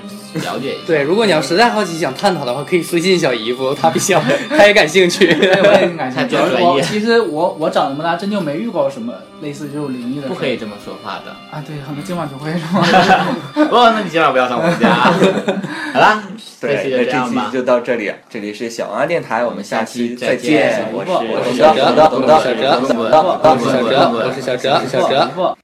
了解一下。对，如果你要实在好奇想探讨的话，可以私信小姨夫，他比较他也感兴 趣。对，我也很感兴趣。 太专业我其实我我长这么大真就没遇到什么类似这种灵异的事儿。不可以这么说话的。啊！对，可能今晚就会是吗？哦，那你千万不要上我们家啊。好啦，这期对，那就这样这吧期。就到这里，这里是小王电台，我们下期再下期再见见。我我是是我我是是小小哲，哲，我是小哲，我是小哲，我是小哲，我是小哲，我是小哲。不。